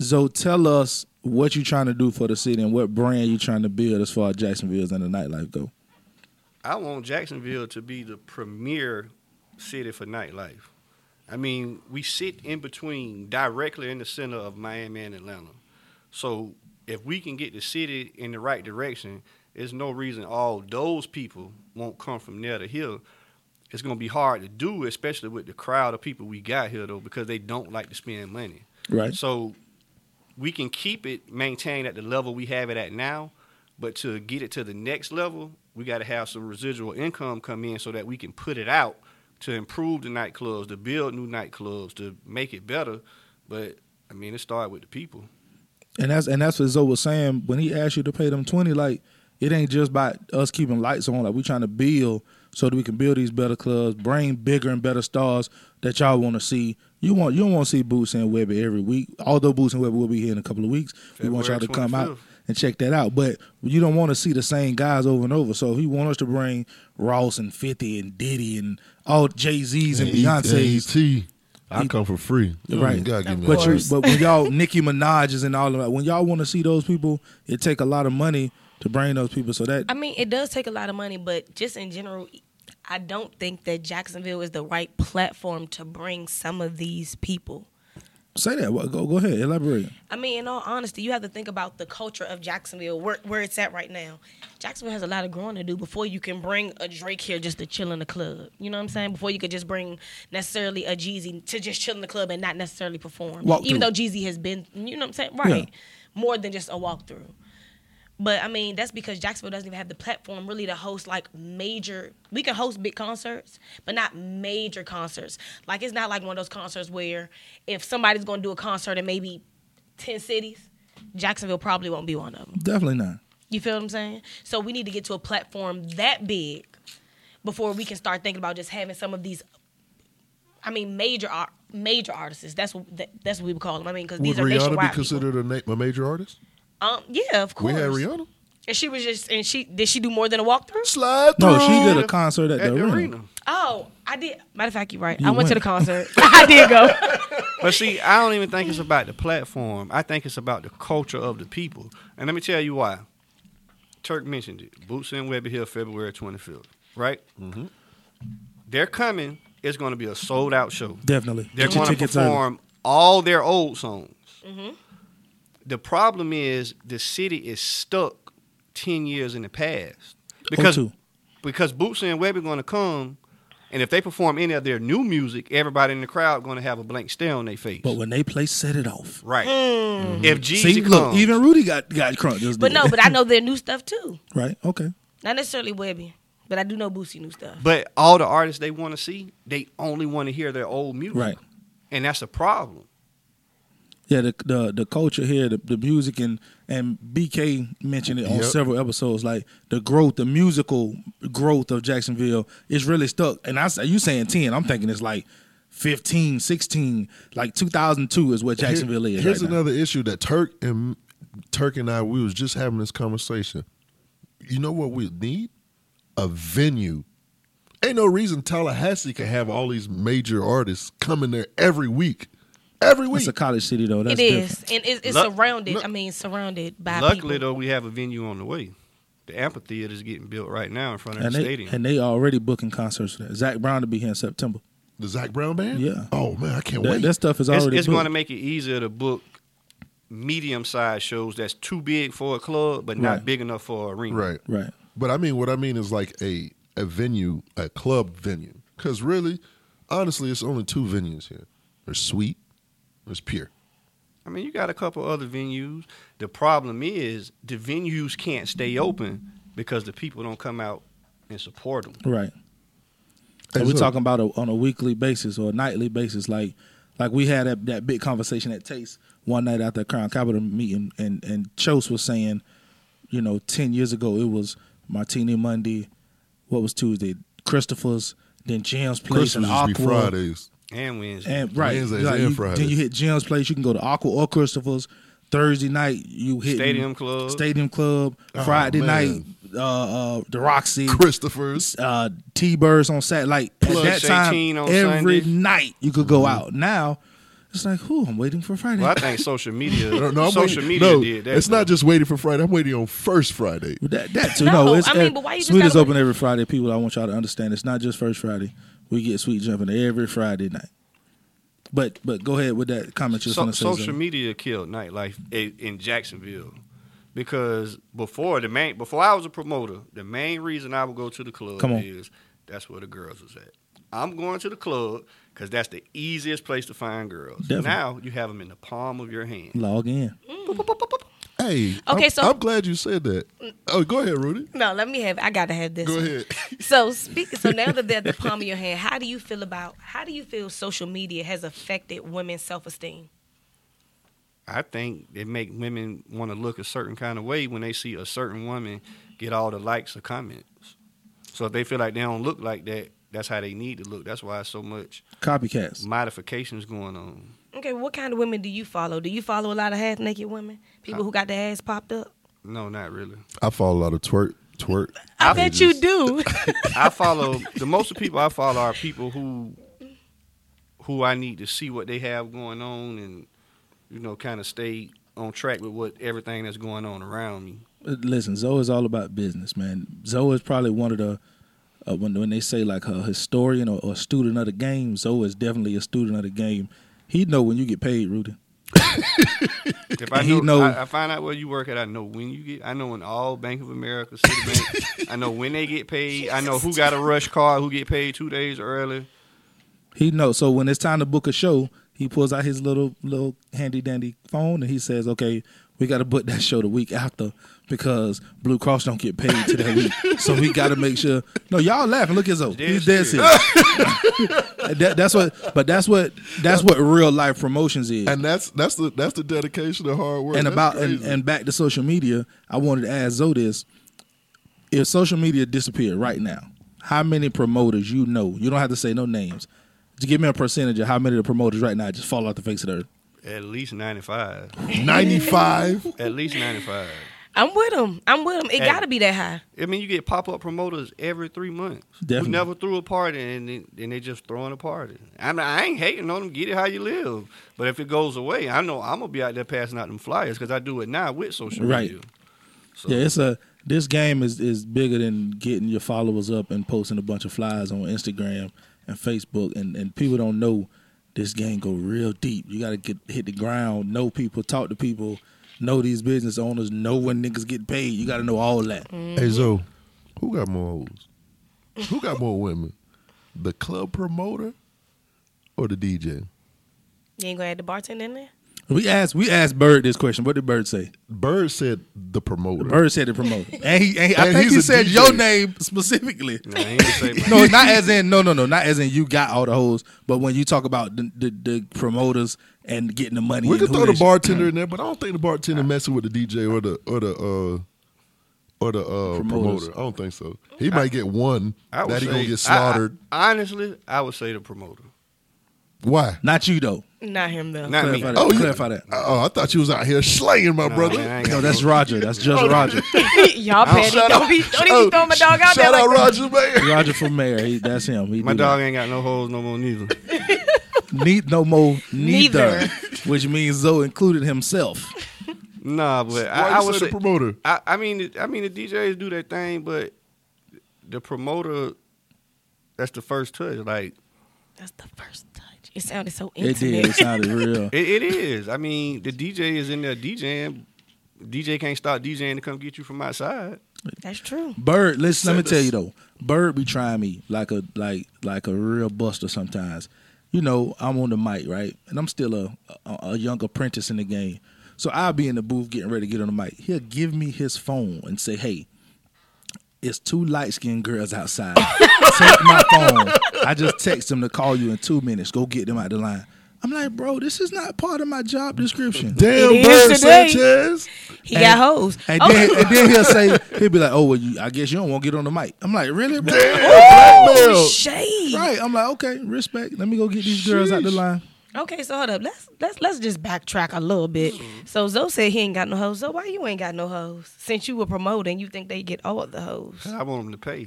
Speaker 7: so tell us what you're trying to do for the city and what brand you're trying to build as far as Jacksonville's and the nightlife go.
Speaker 1: I want Jacksonville to be the premier city for nightlife. I mean, we sit in between, directly in the center of Miami and Atlanta. So if we can get the city in the right direction, there's no reason all those people won't come from there to here. It's going to be hard to do, especially with the crowd of people we got here, though, because they don't like to spend money.
Speaker 7: Right.
Speaker 1: So we can keep it maintained at the level we have it at now, but to get it to the next level, we got to have some residual income come in so that we can put it out to improve the nightclubs, to build new nightclubs, to make it better. But I mean, it started with the people.
Speaker 7: And that's and that's what Zoe was saying when he asked you to pay them twenty. Like it ain't just by us keeping lights on. Like we trying to build so that we can build these better clubs, bring bigger and better stars that y'all want to see. You want you don't want to see Boots and Webby every week. Although Boots and Webby will be here in a couple of weeks, we want y'all
Speaker 1: February
Speaker 7: to come out
Speaker 1: 25th.
Speaker 7: and check that out. But you don't want to see the same guys over and over. So if you want us to bring Ross and Fifty and Diddy and all Jay Z's and Beyonce's,
Speaker 6: E.T. I come for free. You
Speaker 7: Right.
Speaker 6: ain't gotta give me
Speaker 7: But
Speaker 6: that.
Speaker 7: you, but when y'all Nicki Minaj's and all of that, when y'all want to see those people, it take a lot of money to bring those people. So that
Speaker 5: I mean, it does take a lot of money, but just in general, I don't think that Jacksonville is the right platform to bring some of these people.
Speaker 7: say that. Well, Go go ahead, elaborate.
Speaker 5: I mean, in all honesty, you have to think about the culture of Jacksonville, where, where it's at right now. Jacksonville has a lot of growing to do before you can bring a Drake here just to chill in the club. You know what I'm saying? Before you could just bring necessarily a Jeezy to just chill in the club and not necessarily perform.
Speaker 7: Walk
Speaker 5: Even
Speaker 7: through.
Speaker 5: though Jeezy has been, you know what I'm saying? Right. More than just a walkthrough. But I mean, that's because Jacksonville doesn't even have the platform really to host like major. We can host big concerts, but not major concerts. Like it's not like one of those concerts where if somebody's going to do a concert in maybe ten cities, Jacksonville probably won't be one of them.
Speaker 7: Definitely not.
Speaker 5: You feel what I'm saying? So we need to get to a platform that big before we can start thinking about just having some of these. I mean, major ar- major artists. That's what that, that's what we would call them. I mean, because
Speaker 6: Would
Speaker 5: these are
Speaker 6: Rihanna
Speaker 5: nationwide
Speaker 6: be considered a, na- a major artist?
Speaker 5: people. Um, yeah, of
Speaker 6: We
Speaker 5: course.
Speaker 6: had Rihanna.
Speaker 5: And she was just and she did she do more than a walkthrough?
Speaker 6: Slide
Speaker 7: No, she did a concert at,
Speaker 1: At
Speaker 7: the,
Speaker 1: the
Speaker 7: arena.
Speaker 1: arena.
Speaker 5: Oh, I did. Matter of fact, you're right.
Speaker 7: You
Speaker 5: I went, to
Speaker 7: went.
Speaker 5: the concert. [laughs] I did go.
Speaker 1: But see, I don't even think it's about the platform. I think it's about the culture of the people. And let me tell you why. Turk mentioned it. Boots and Webby Hill, February 25th, right? Mm-hmm. They're coming. It's going to be a sold out show.
Speaker 7: Definitely.
Speaker 1: They're
Speaker 7: Get your
Speaker 1: going to
Speaker 7: tickets early.
Speaker 1: perform all their old songs. The problem is the city is stuck 10 years in the past.
Speaker 7: Oh,
Speaker 1: Because,
Speaker 7: too.
Speaker 1: because Boots and Webby going to come. And if they perform any of their new music, everybody in the crowd going to have a blank stare on their face.
Speaker 7: But when they play, set it off.
Speaker 1: Right.
Speaker 5: Mm.
Speaker 1: If Jeezy
Speaker 7: See,
Speaker 1: comes,
Speaker 7: look, even Rudy got got crunk just
Speaker 5: But
Speaker 7: then.
Speaker 5: no, but I know their new stuff too.
Speaker 7: right. Okay.
Speaker 5: Not necessarily Webby, but I do know Boosie new stuff.
Speaker 1: but all the artists they want to see, they only want to hear their old music,
Speaker 7: Right.
Speaker 1: And that's a problem.
Speaker 7: Yeah, the the, the culture here, the, the music and and BK mentioned it on
Speaker 6: Yep.
Speaker 7: several episodes. Like the growth, the musical growth of Jacksonville is really stuck. And I say- you saying ten, I'm thinking it's like 15, 16, like 2002 is what Jacksonville
Speaker 6: Here-
Speaker 7: is.
Speaker 6: Here's
Speaker 7: right now.
Speaker 6: another issue that Turk and Turk and I we was just having this conversation. You know what we need? A venue. Ain't no reason Tallahassee can have all these major artists coming there every week. Every week.
Speaker 7: It's a college city though. That's
Speaker 5: it is,
Speaker 7: different.
Speaker 5: and it's, it's
Speaker 1: Luck-
Speaker 5: surrounded.
Speaker 1: look-
Speaker 5: I mean, surrounded by
Speaker 1: Luckily,
Speaker 5: people.
Speaker 1: though, we have a venue on the way. The amphitheater is getting built right now in front of
Speaker 7: And
Speaker 1: the
Speaker 7: they
Speaker 1: stadium.
Speaker 7: and they already booking concerts for that. Zach Brown to be here in September.
Speaker 6: the Zach Brown band?
Speaker 7: Yeah.
Speaker 6: Oh man, I can't
Speaker 7: That,
Speaker 6: wait.
Speaker 7: that stuff is
Speaker 1: it's
Speaker 7: already.
Speaker 1: going to
Speaker 7: booked.
Speaker 1: make it easier to book medium-sized shows that's too big for a club, but
Speaker 7: Right.
Speaker 1: not big enough for an arena.
Speaker 6: right.
Speaker 7: right.
Speaker 6: But I mean, what I mean is like a a venue, a club venue. Because really, honestly, it's only two venues here. There's Sweet, there's Pier.
Speaker 1: I mean, you got a couple other venues. The problem is the venues can't stay open because the people don't come out and support them.
Speaker 7: Right.
Speaker 6: Hey,
Speaker 7: And we're
Speaker 6: so-
Speaker 7: talking about a, on a weekly basis or a nightly basis, like like we had that, that big conversation at Taste one night at the Crown Capital meeting, and and Chose was saying, you know, ten years ago it was Martini Monday, what was Tuesday, Christopher's, then Jim's Place and
Speaker 6: Christmas
Speaker 7: Aqua,
Speaker 6: be [laughs] Fridays.
Speaker 1: And Wednesday.
Speaker 7: and right,
Speaker 6: Wednesdays
Speaker 7: like,
Speaker 6: and
Speaker 7: you-
Speaker 6: Fridays.
Speaker 7: then you hit Jim's Place, you can go to Aqua or Christopher's. Thursday night you hit
Speaker 1: Stadium Club.
Speaker 7: Stadium Club. Friday night,
Speaker 6: Oh, man.
Speaker 7: uh, uh, the Roxy,
Speaker 6: Christopher's.
Speaker 7: uh T Birds on Sat like
Speaker 1: Plus
Speaker 7: at that time
Speaker 1: 18 on
Speaker 7: every
Speaker 1: Sunday. Mm-hmm.
Speaker 7: night you could go out. Now it's like, who I'm waiting for Friday.
Speaker 1: Well, I think social media.
Speaker 6: [laughs] No, no, I'm
Speaker 1: social
Speaker 6: waiting-
Speaker 1: media
Speaker 6: no,
Speaker 1: did that.
Speaker 6: It's not just waiting for Friday. I'm waiting on first Friday.
Speaker 7: that, that too. No,
Speaker 5: No,
Speaker 7: it's
Speaker 5: I mean, but why you just
Speaker 7: Sweet is
Speaker 5: gotta-
Speaker 7: open every Friday. People, I want y'all to understand, it's not just first Friday. We get sweet jumping every Friday night. But but go ahead with that comment you're
Speaker 1: So,
Speaker 7: going to say.
Speaker 1: social
Speaker 7: Zay.
Speaker 1: media killed nightlife i- in Jacksonville because before the main before I was a promoter, the main reason I would go to the club
Speaker 7: Come on.
Speaker 1: is that's where the girls was at. I'm going to the club because that's the easiest place to find girls.
Speaker 7: Definitely.
Speaker 1: Now you have them in the palm of your hand.
Speaker 7: Log in.
Speaker 5: Mm.
Speaker 6: Hey.
Speaker 5: Okay,
Speaker 6: I'm,
Speaker 5: so-
Speaker 6: I'm glad you said that. Oh, go ahead, Rudy.
Speaker 5: No, let me have. I gotta have this.
Speaker 6: Go
Speaker 5: one.
Speaker 6: ahead.
Speaker 5: So speak. So now that they're at the palm of your hand, how do you feel about? How do you feel social media has affected women's self esteem?
Speaker 1: I think it make women want to look a certain kind of way when they see a certain woman get all the likes or comments. So if they feel like they don't look like that, that's how they need to look. That's why so much
Speaker 7: Copycats.
Speaker 1: modifications going on.
Speaker 5: Okay, what kind of women do you follow? Do you follow a lot of half naked women? People who got their ass popped up?
Speaker 1: No, not really.
Speaker 6: I follow a lot of twerk, twerk.
Speaker 5: I bet you do.
Speaker 1: I follow [laughs] the most of the people I follow are people who who I need to see what they have going on and you know kind of stay on track with what everything that's going on around me.
Speaker 7: Listen, Zoe is all about business, man. Zoe is probably one of the uh, when when they say like a historian or, or student of the game. Zoe is definitely a student of the game. He know when you get paid, Rudy.
Speaker 1: If I
Speaker 7: He
Speaker 1: know,
Speaker 7: know-
Speaker 1: I, I find out where you work at, I know when you get. I know when all Bank of America, Citibank, I know when they get paid. I know who got a rush card, who get paid two days early.
Speaker 7: He know. So when it's time to book a show, he pulls out his little little handy dandy phone and he says, "Okay, we got to book that show the week after because Blue Cross don't get paid to that week. So we got to make sure." No, y'all laughing. Look at Zoe. He's dead serious. [laughs] that, that's what. But that's what. That's what real life promotions is.
Speaker 6: And that's that's the that's the dedication and hard work.
Speaker 7: and
Speaker 6: That's
Speaker 7: about and,
Speaker 6: crazy.
Speaker 7: and back to social media, I wanted to ask Zoe this: If social media disappeared right now, how many promoters you know? You don't have to say no names. Just give me a percentage of how many of the promoters right now just fall off the face of the earth.
Speaker 1: At least ninety five.
Speaker 6: 95.
Speaker 1: At least ninety five.
Speaker 5: I'm with him. I'm with him. It
Speaker 1: Hey.
Speaker 5: gotta be that high.
Speaker 1: I mean, you get pop up promoters every three months.
Speaker 7: Definitely.
Speaker 1: Who never threw a party and then and they just throwing a party. I mean, I ain't hating on them. Get it how you live. But if it goes away, I know I'm gonna be out there passing out them flyers because I do it now with social
Speaker 7: Right.
Speaker 1: media. So,
Speaker 7: Yeah, it's a this game is is bigger than getting your followers up and posting a bunch of flyers on Instagram and Facebook, and and people don't know this game go real deep. You got to get hit the ground, know people, talk to people. Know these business owners, know when niggas get paid. You got to know all that.
Speaker 6: Hey Zo, who got more hoes? Who got more women? The club promoter or the DJ?
Speaker 5: You ain't gonna add the bartender in there?
Speaker 7: We asked we asked Bird this question. What did Bird say?
Speaker 6: Bird said the promoter.
Speaker 7: Bird said
Speaker 6: [laughs]
Speaker 7: to promote. And he, and he- I
Speaker 6: And
Speaker 7: think
Speaker 6: he's
Speaker 7: he
Speaker 6: a
Speaker 7: said
Speaker 6: DJ.
Speaker 7: your name specifically.
Speaker 1: I ain't gonna say my-
Speaker 6: [laughs]
Speaker 7: No, not as in no no no, not as in you got all the hoes, but when you talk about the, the, the promoters and getting the money.
Speaker 6: we
Speaker 7: and
Speaker 6: could
Speaker 7: who
Speaker 6: throw
Speaker 7: they
Speaker 6: the
Speaker 7: should-
Speaker 6: bartender in there, but I don't think the bartender messing with the DJ or the or the uh or the uh,
Speaker 7: Promoters.
Speaker 6: promoter. I don't think so. He might get one
Speaker 1: I would
Speaker 6: that he
Speaker 1: say-
Speaker 6: gonna get
Speaker 1: I- I-
Speaker 6: slaughtered.
Speaker 1: honestly, I would say the promoter.
Speaker 6: Why?
Speaker 7: Not you though.
Speaker 5: Not him though. [laughs]
Speaker 1: Not me.
Speaker 7: Clarify that.
Speaker 6: Oh, yeah.
Speaker 7: Clarify that.
Speaker 6: Oh, I thought you was out here slaying my brother.
Speaker 1: man, I ain't got
Speaker 7: No, that's Roger. That's just
Speaker 6: Oh,
Speaker 7: Roger.
Speaker 5: Y'all petty.
Speaker 6: Shout
Speaker 5: Don't,
Speaker 6: out-
Speaker 5: be don't
Speaker 6: shout-
Speaker 5: even throw my dog out there
Speaker 6: Shout
Speaker 5: like
Speaker 6: out
Speaker 5: that.
Speaker 6: Roger Mayer.
Speaker 7: Roger for mayor. He, that's him. He
Speaker 1: My
Speaker 7: do
Speaker 1: dog ain't got no holes no more neither.
Speaker 7: that. Need no more neither,
Speaker 5: Neither.
Speaker 7: which means Zoe included himself.
Speaker 1: Nah, but
Speaker 6: Why
Speaker 1: I, I
Speaker 6: you
Speaker 1: would
Speaker 6: say
Speaker 1: say
Speaker 6: the promoter?
Speaker 1: I, I mean, I mean, the DJs do their thing, but the promoter. That's the first touch. Like
Speaker 5: That's the first touch. It sounded so
Speaker 7: It did. It
Speaker 5: intimate.
Speaker 7: sounded real.
Speaker 1: It, it is. I mean, the DJ is in there DJing. DJ can't stop DJing to come get you from outside.
Speaker 5: That's true.
Speaker 7: Bird, listen. Let
Speaker 1: Send
Speaker 7: me tell
Speaker 1: us-
Speaker 7: you though, Bird be trying me like a like like a real buster sometimes. You know, I'm on the mic right, and I'm still a a, a young apprentice in the game. So I'll be in the booth getting ready to get on the mic. He'll give me his phone and say, "Hey, it's two light skinned girls outside. Take my phone. I just text them to call you in two minutes. Go get them out the line." I'm like, bro, this is not part of my job description.
Speaker 6: Damn,
Speaker 5: It is
Speaker 6: Bird
Speaker 5: today.
Speaker 6: Sanchez.
Speaker 5: He got hoes.
Speaker 7: And
Speaker 5: Oh,
Speaker 7: then, and then he'll say, he'll be like, "Oh well, you, I guess you don't want to get on the mic." I'm like, "Really, bro?" Oh,
Speaker 6: Damn,
Speaker 5: shade.
Speaker 7: Right. I'm like, okay, respect. Let me go get these girls out the line.
Speaker 5: Okay, so hold up. Let's let's let's just backtrack a little bit. So Zoe said he ain't got no hoes. So why you ain't got no hoes? Since you were promoting, you think they get all the hoes.
Speaker 1: I want them to pay.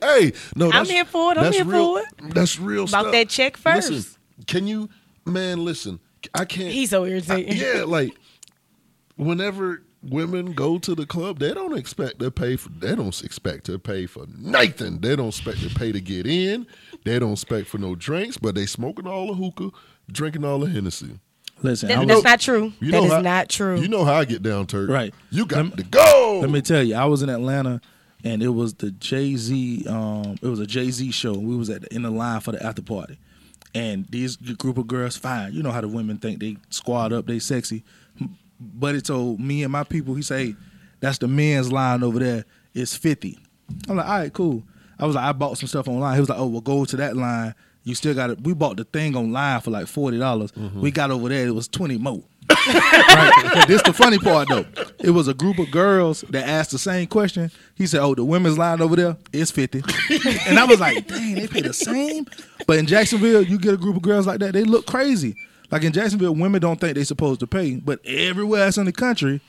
Speaker 6: Hey, no, that's,
Speaker 5: here for it. I'm
Speaker 6: that's
Speaker 5: here
Speaker 6: real,
Speaker 5: for
Speaker 6: it. That's real
Speaker 5: About
Speaker 6: stuff.
Speaker 5: that check first.
Speaker 6: Listen, can you, man? Listen, I can't.
Speaker 5: He's so irritating.
Speaker 6: yeah, like whenever women go to the club, they don't expect to pay for. They don't expect to pay for nothing. They don't expect to pay to get in. They don't expect for no drinks, but they smoking all the hookah, drinking all the Hennessy.
Speaker 7: Listen,
Speaker 5: That-
Speaker 7: I
Speaker 5: that's
Speaker 7: was,
Speaker 5: not true.
Speaker 6: You
Speaker 5: that
Speaker 6: know
Speaker 5: is
Speaker 6: how-
Speaker 5: not true.
Speaker 6: You know how I get down, Turk.
Speaker 7: Right.
Speaker 6: You got
Speaker 7: Lem-
Speaker 6: to go.
Speaker 7: let me tell you, I was in Atlanta, and it was the Jay Z. Um, it was a Jay Z show. We was at the, in the line for the after party, and these group of girls, fine. You know how the women think they squad up, they sexy. But it told me and my people, he say, "That's the men's line over there. It's 50. I'm like, all right, cool. I was like, I bought some stuff online. He was like, oh, well, go to that line. You still got it. We bought the thing online for like forty dollars. We got over there. It was twenty more. right? This the funny part though. It was a group of girls that asked the same question. He said, "Oh, the women's line over there is 50. [laughs] and I was like, "Dang, they pay the same." But in Jacksonville, you get a group of girls like that, they look crazy. Like in Jacksonville, women don't think they're supposed to pay, but everywhere else in the country,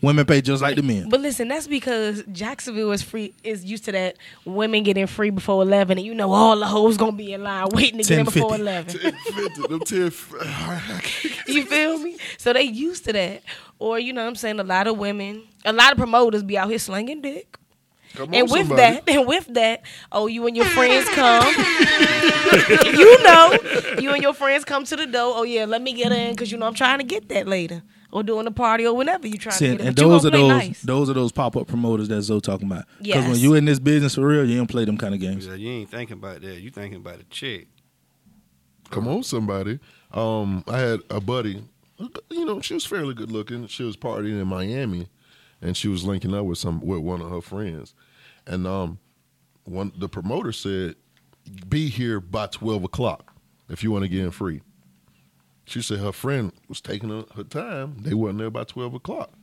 Speaker 7: women pay just like the men.
Speaker 5: [laughs] But listen, that's because Jacksonville is free is used to that women getting free before eleven, and you know all the hoes gonna be in line waiting to get in before
Speaker 7: 10:50.
Speaker 5: eleven.
Speaker 6: Them [sighs] tears-
Speaker 5: [laughs] You feel me? So they used to that, or you know what I'm saying a lot of women, a lot of promoters be out here slinging dick.
Speaker 6: Come
Speaker 5: And
Speaker 6: on,
Speaker 5: with
Speaker 6: somebody.
Speaker 5: that, [laughs] and with that, oh, you and your friends come. [laughs] you know, you and your friends come to the door. Oh yeah, let me get in because you know I'm trying to get that later, or during the party, or whenever you trying
Speaker 7: See,
Speaker 5: to
Speaker 7: and
Speaker 5: get it.
Speaker 7: and
Speaker 5: But you
Speaker 7: those
Speaker 5: gonna play
Speaker 7: are those
Speaker 5: nice.
Speaker 7: those are those pop up promoters that Zoe talking about. Because when
Speaker 5: Yes.
Speaker 7: you in this business for real, you don't play them kind of games.
Speaker 1: Yeah, you ain't thinking about that. You thinking about a chick.
Speaker 6: Come on, somebody. Um, I had a buddy. You know, she was fairly good looking. She was partying in Miami, and she was linking up with some with one of her friends, and um, one the promoter said, "Be here by twelve o'clock if you want to get in free." She said her friend was taking her, her time. They wasn't there by twelve o'clock.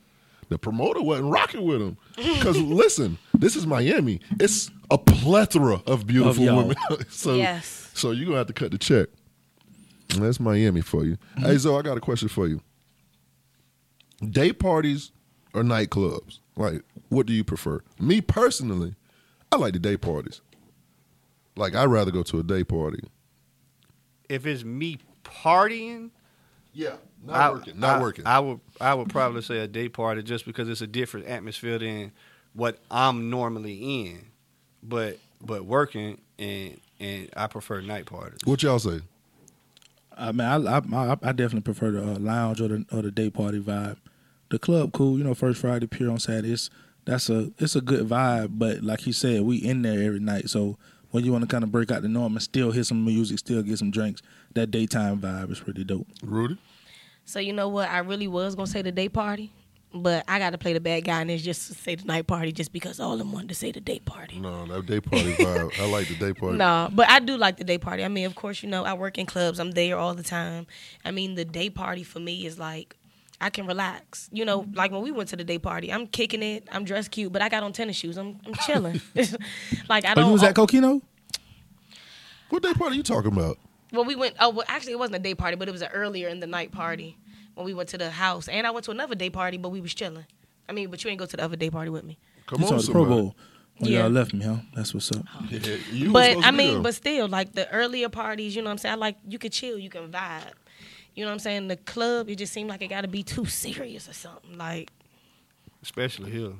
Speaker 6: The promoter wasn't rocking with them because listen, this is Miami. It's a plethora of beautiful
Speaker 7: y'all.
Speaker 6: women. [laughs] so
Speaker 5: Yes.
Speaker 6: so you're gonna have to cut the check. And That's Miami for you.
Speaker 5: Mm-hmm.
Speaker 6: Hey Zoe, I got a question for you. Day parties or nightclubs? Like, what do you prefer? Me personally, I like the day parties. Like, I'd rather go to a day party.
Speaker 1: If it's me partying,
Speaker 6: Yeah, not
Speaker 1: I-
Speaker 6: working. Not
Speaker 1: I-
Speaker 6: working.
Speaker 1: I would I would probably say a day party just because it's a different atmosphere than what I'm normally in. But but working and and I prefer night parties.
Speaker 6: what y'all say?
Speaker 7: I mean, I I, I, I definitely prefer the uh, lounge or the, or the day party vibe. The club, cool. You know, first Friday, pure on Saturday. It's that's a it's a good vibe. But like you said, we in there every night. So when you want to kind of break out the norm and still hear some music, still get some drinks, that daytime vibe is pretty dope.
Speaker 6: Rudy?
Speaker 5: So you know what? I really was gonna say the day party, but I got to play the bad guy and it's just to say the night party just because all of them wanted to say the day party.
Speaker 6: No, that day party vibe. I like the
Speaker 5: [laughs]
Speaker 6: day party.
Speaker 5: No, but I do like the day party. I mean, of course, you know, I work in clubs. I'm there all the time. I mean, the day party for me is like I can relax. You know, like when we went to the day party, I'm kicking it. I'm dressed cute, but I got on tennis shoes. I'm I'm
Speaker 7: [laughs]
Speaker 5: chilling. [laughs] like I
Speaker 7: Oh,
Speaker 5: don't.
Speaker 7: you was at Coquino?
Speaker 6: What day party you talking about?
Speaker 5: Well, we went. Oh, well, actually, it wasn't a day party, but it was an earlier in the night party when we went to the house. And I went to another day party, but we was chilling. I mean, but you ain't go to the other day party with me.
Speaker 6: Come
Speaker 7: You saw
Speaker 6: on,
Speaker 7: the Pro
Speaker 6: somebody.
Speaker 7: Bowl. When
Speaker 5: Yeah. Uh-huh.
Speaker 7: y'all left me, huh? That's what's up.
Speaker 6: Yeah, [laughs] you was
Speaker 5: But
Speaker 6: supposed
Speaker 5: I
Speaker 6: to be
Speaker 5: mean,
Speaker 6: there.
Speaker 5: but still, like the earlier parties, you know what I'm saying? I like you could chill, you can vibe. You know what I'm saying? The club, it just seemed like it got to be too serious or something. Like,
Speaker 1: Especially here.